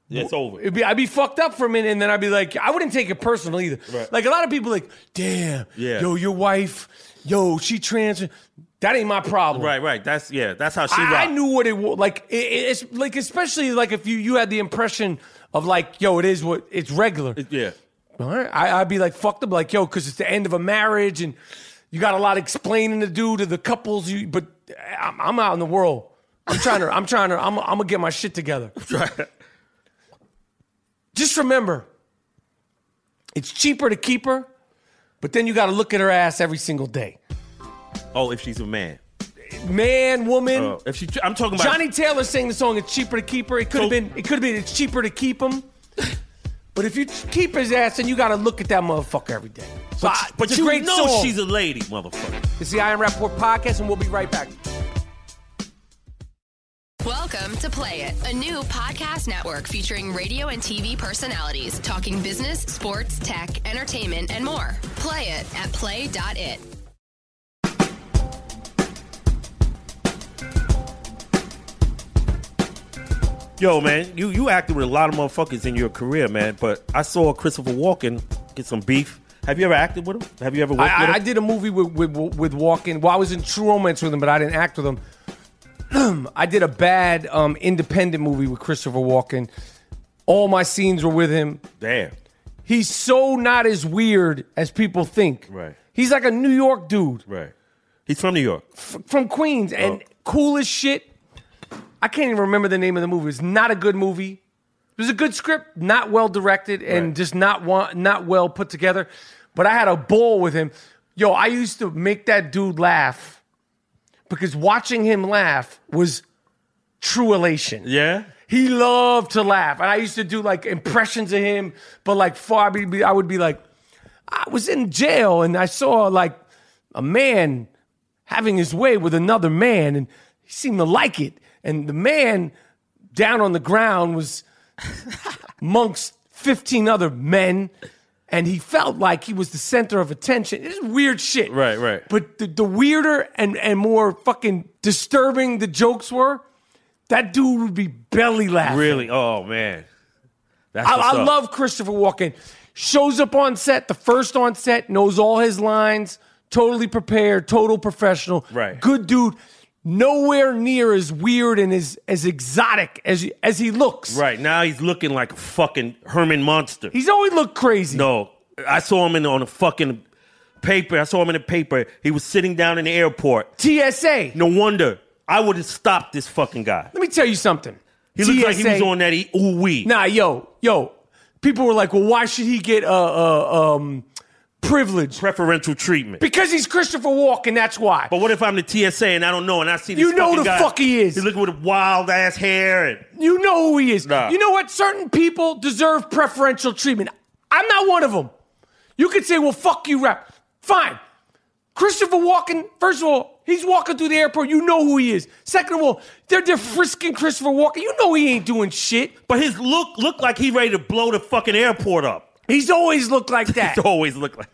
It's over. it'd be, I'd be fucked up for a minute, and then I'd be like, I wouldn't take it personal either. Right. Like a lot of people, like, damn, Yeah. yo, your wife, yo, she trans. That ain't my problem. Right, right. That's yeah. That's how she. I, I rock. knew what it was like. It, it- it's like especially like if you you had the impression of like yo, it is what it's regular. Yeah. All right, I, I'd be like fucked up, like yo, because it's the end of a marriage and you got a lot of explaining to do to the couples. You but I'm, I'm out in the world. I'm trying to. I'm trying to. I'm, I'm gonna get my shit together. Just remember, it's cheaper to keep her, but then you got to look at her ass every single day. Oh, if she's a man. Man, woman. Oh, if she, I'm talking about Johnny Taylor sang the song "It's Cheaper to Keep Her." It could So- have been. It could have been. It's cheaper to keep him. but if you keep his ass, then you got to look at that motherfucker every day. So I- But it's a you great know song. she's a lady, motherfucker. It's the Iron Rapport podcast, and we'll be right back. Welcome to Play It, a new podcast network featuring radio and TV personalities talking business, sports, tech, entertainment, and more. Play it at play.it. Yo, man, you you acted with a lot of motherfuckers in your career, man. But I saw Christopher Walken get some beef. Have you ever acted with him? Have you ever worked I, with I, him? I did a movie with with, with Walken. Well, I was in True Romance with him, but I didn't act with him. (clears throat) I did a bad um, independent movie with Christopher Walken. All my scenes were with him. Damn. He's so not as weird as people think. Right. He's like a New York dude. Right. He's from New York. from Queens and Oh. cool as shit. I can't even remember the name of the movie. It's not a good movie. It was a good script, not well directed, and Right. just not want, not well put together. But I had a ball with him. Yo, I used to make that dude laugh because watching him laugh was true elation. Yeah. He loved to laugh, and I used to do like impressions of him. But like far, I'd be- I would be like, I was in jail, and I saw like a man having his way with another man, and he seemed to like it. And the man down on the ground was amongst fifteen other men, and he felt like he was the center of attention. It's weird shit, Right, right. But the, the weirder and and more fucking disturbing the jokes were. That dude would be belly laughing. Really? Oh man. That's I, what's I up. love Christopher Walken. Shows up on set, the first on set, knows all his lines, totally prepared, total professional. Right. Good dude. Nowhere near as weird and as as exotic as as he looks. Right now he's looking like a fucking Herman Monster. He's always looked crazy. no, I saw him in on a fucking paper. I saw him in a paper. He was sitting down in the airport. TSA. No wonder I would have stopped this fucking guy. Let me tell you something. He looked like he was on that e- ooh wee. Nah, yo, yo. People were like, "Well, why should he get uh, uh um privilege?" preferential treatment. Because he's Christopher Walken. That's why. But what if I'm the TSA and I don't know and I see this You know fucking the guy- fuck he is. He's looking with wild ass hair and You know who he is. Nah. You know what? Certain people deserve preferential treatment. I'm not one of them. You could say, well, fuck you, rap. Fine. Christopher Walken, first of all, he's walking through the airport. You know who he is. Second of all, they're, they're frisking Christopher Walken. You know he ain't doing shit. but his look looked like he ready to blow the fucking airport up. He's always looked (laughs) like that. It always looked like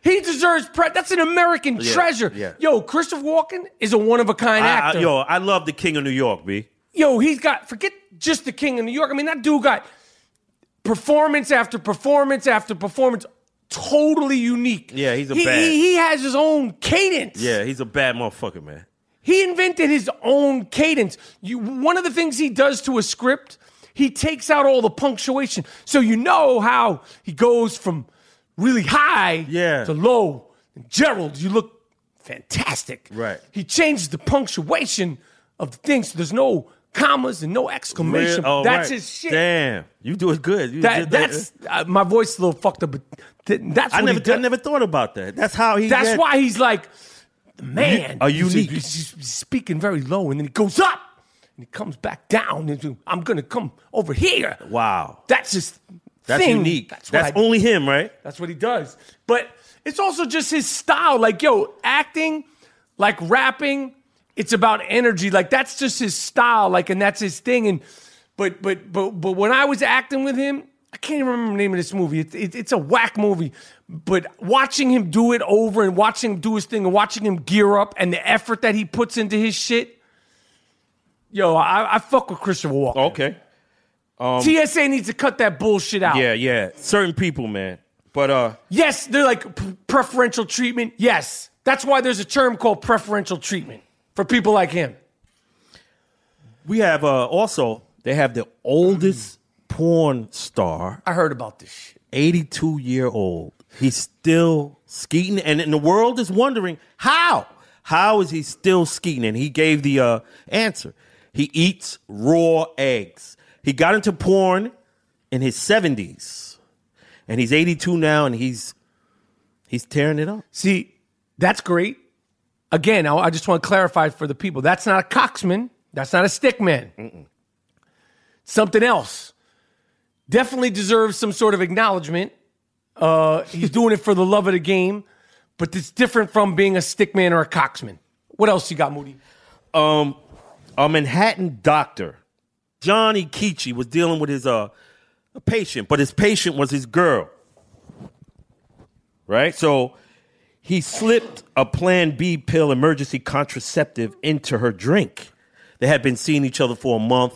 he deserves pre. That's an American Yeah, treasure. yeah. Yo, Christopher Walken is a one of a kind I- I- actor. yo, I love the King of New York, B. yo, he's got forget just the King of New York. I mean, that dude got performance after performance after performance, totally unique. Yeah, he's a he, bad- He, he has his own cadence. Yeah, he's a bad motherfucker, man. he invented his own cadence. You, one of the things he does to a script He takes out all the punctuation. So you know how he goes from really high Yeah. to low. And Gerald, you look fantastic. Right. He changed the punctuation of the thing so there's no commas and no exclamation. Real- oh, that's right. his shit. Damn, you do it good. You That, did that- that's uh, my voice is a little fucked up, but th- that's I what he never, I does. never thought about that. That's how he. That's got- why he's like, man. Are he's- unique. He's, he's speaking very low, and then he goes up, and he comes back down. And he's, I'm gonna come over here. Wow, That's just that's thing. unique. That's That's, what I- only him, right? that's what he does. But it's also just his style. Like, yo, acting, like rapping, it's about energy. Like that's just his style. Like, and that's his thing. And but but but but when I was acting with him, I can't even remember the name of this movie. It, it, it's a whack movie. But watching him do it over and watching him do his thing and watching him gear up and the effort that he puts into his shit. Yo, I, I fuck with Christopher Walken. Okay. TSA needs to cut that bullshit out. Yeah, yeah. Certain people, man. But uh, Yes, they're like p- preferential treatment. Yes. That's why there's a term called preferential treatment for people like him. we have uh also they have the oldest porn star, I heard about this shit. eighty-two year old. He's still skeeting, and, and the world is wondering how. How is he still skeeting? And he gave the uh answer. He eats raw eggs. He got into porn in his seventies, and he's eighty-two now, and he's he's tearing it up. See, that's great. Again, I, I just want to clarify for the people that's not a coxman, that's not a stickman. Something else. Definitely deserves some sort of acknowledgement. Uh, he's doing it for the love of the game, but it's different from being a stickman or a coxman. What else you got, Moody? um, a Manhattan doctor, Johnny Keechee, was dealing with his uh patient, but his patient was his girl. Right? So he slipped a plan B pill emergency contraceptive into her drink. They had been seeing each other for a month.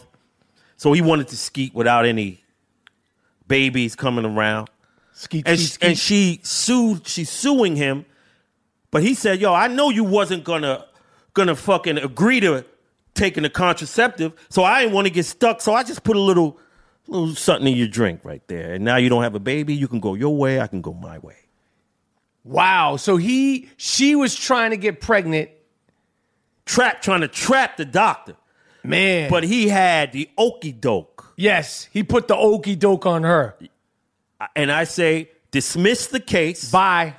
So he wanted to skeet without any babies coming around Skeet, and skeet, she, skeet. and she sued. She's suing him, but he said, "Yo, I know you wasn't gonna gonna fucking agree to taking the contraceptive, so I didn't want to get stuck. So I just put a little little something in your drink right there, and now you don't have a baby. You can go your way. I can go my way. Wow. So he she was trying to get pregnant. Trap trying to trap the doctor, Man. but he had the okey doke, yes, he put the okey doke on her. and I say." Dismiss the case. Bye.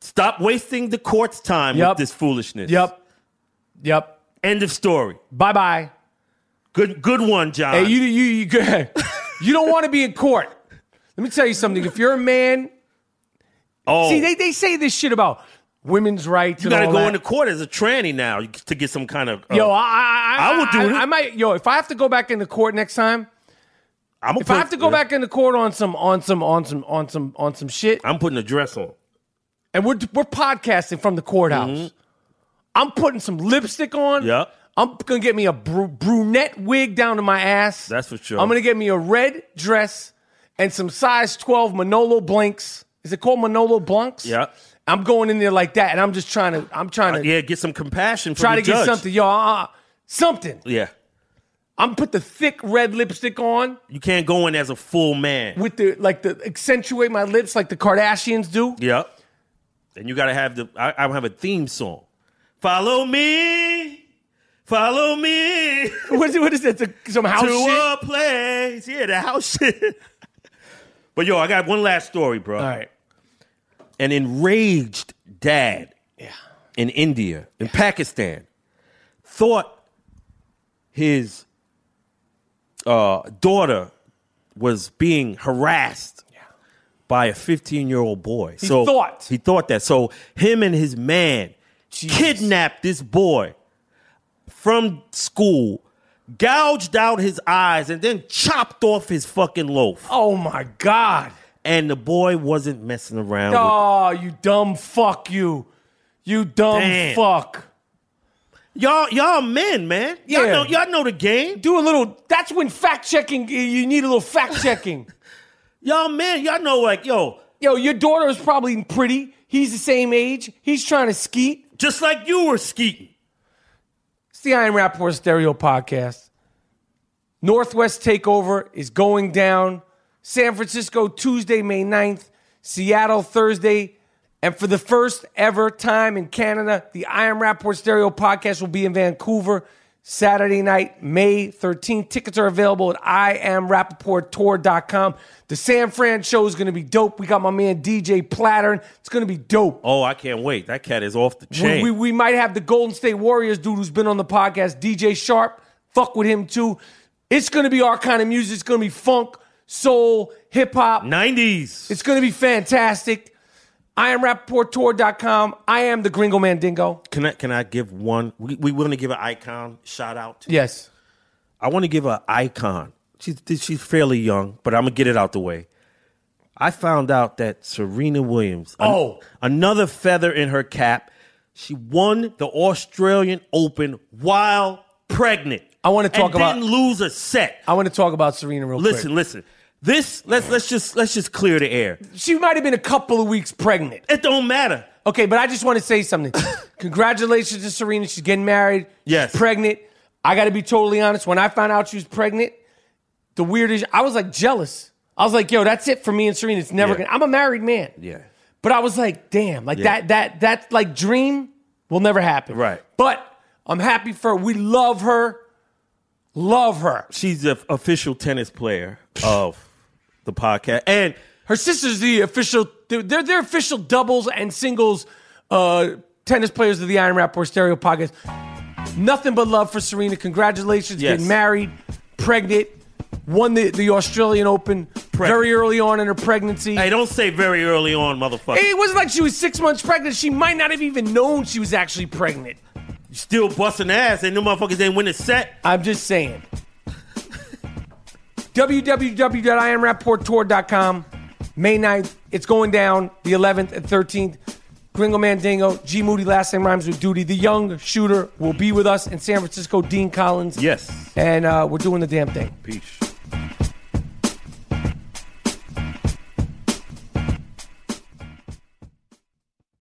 Stop wasting the court's time Yup. with this foolishness. Yep. Yep. End of story. Bye bye. Good good one, John. Hey, you you you (laughs) good. you don't want to be in court. Let me tell you something. If you're a man, oh. see they, they say this shit about women's rights. You and got to all go that. into court as a tranny now to get some kind of. Uh, Yo, I I, I would do it. I, might yo, if I have to go back into court next time, I'm if I have to go back into court on some on some on some on some on some shit, I'm putting a dress on. and we're we're podcasting from the courthouse. Mm-hmm. I'm putting some lipstick on. Yep. I'm gonna get me a bru- brunette wig down to my ass. That's for sure. I'm gonna get me a red dress and some size 12 Manolo blanks. Is it called Manolo blanks? Yep. I'm going in there like that, and I'm just trying to. I'm trying to Uh, Yeah, get some compassion. From try the to get judge. something, yo, uh, something. Yeah, I'm put the thick red lipstick on you can't go in as a full man. with the like the accentuate my lips like the Kardashians do. yep. And you got to have the. I, I have a theme song. Follow me, follow me What is, what is that? The- Some house to shit. a place. Yeah, the house (laughs) shit. but yo, I got one last story, bro. All right. an enraged dad in India, in Pakistan, thought his uh, daughter was being harassed by a 15 year old boy. He thought. He thought that. So him and his man kidnapped this boy from school, gouged out his eyes, and then chopped off his fucking loaf. Oh my god. And the boy wasn't messing around. with Oh, you dumb fuck you. You dumb Damn. fuck. Y'all, y'all men, man. Y'all Yeah. know, y'all know the game. Do a little that's when fact checking you need a little fact checking. Y'all men, y'all know like, yo, (laughs) Yo, your daughter is probably pretty. He's the same age. He's trying to skeet. just like you were skeeting. It's the Iron Rapport Stereo Podcast. Northwest Takeover is going down. San Francisco, Tuesday, May 9th. Seattle, Thursday. And for the first ever time in Canada, the Iron Rapport Stereo podcast will be in Vancouver Saturday night, May 13th. Tickets are available at IamRappaportTour.com. The San Fran show is going to be dope. We got my man DJ Plattern. It's going to be dope. Oh, I can't wait. That cat is off the We, chain. we, we might have the Golden State Warriors dude who's been on the podcast, DJ Sharp. Fuck with him too. It's gonna be our kind of music. It's gonna be funk, soul, hip hop. 90s. It's gonna be fantastic. I am rapporteur.com. I am the Gringo Mandingo. Can I, can I give one? We, we want to give an icon shout out. To, Yes. I want to give an icon. She's, she's fairly young, but I'm going to get it out the way. I found out that Serena Williams, an- Oh. another feather in her cap, she won the Australian Open while pregnant. I wanna talk and about- didn't lose a set. I want to talk about Serena real Listen, quick. listen. This let's let's just let's just clear the air. She might have been a couple of weeks pregnant. It don't matter. Okay, but I just want to say (coughs) something. Congratulations to Serena. She's getting married. Yes. She's pregnant. I got to be totally honest. When I found out she was pregnant, the weirdest, I was like jealous. I was like, yo, that's it for me and Serena. It's never Yeah. going to, I'm a married man. Yeah. But I was like, damn, like Yeah. that, that, that like dream will never happen. Right. But I'm happy for her. We love her. Love her. She's the official tennis player of the podcast, and Her sister's the official. They're they're, they're official doubles and singles uh, tennis players of the Iron Rapport Stereo Podcast. Nothing but love for Serena. Congratulations, Yes. getting married, pregnant, won the, the Australian Open very early on in her pregnancy. hey, don't say very early on, motherfucker. It wasn't like she was six months pregnant. She might not have even known she was actually pregnant. Still busting ass, and them motherfuckers ain't win a set. I'm just saying. www.ironrapporttour.com. May 9th. It's going down the 11th and 13th. Gringo Mandingo, G Moody, last name rhymes with duty. The young shooter will be with us in San Francisco, Dean Collins. Yes. And uh, we're doing the damn thing. Peace.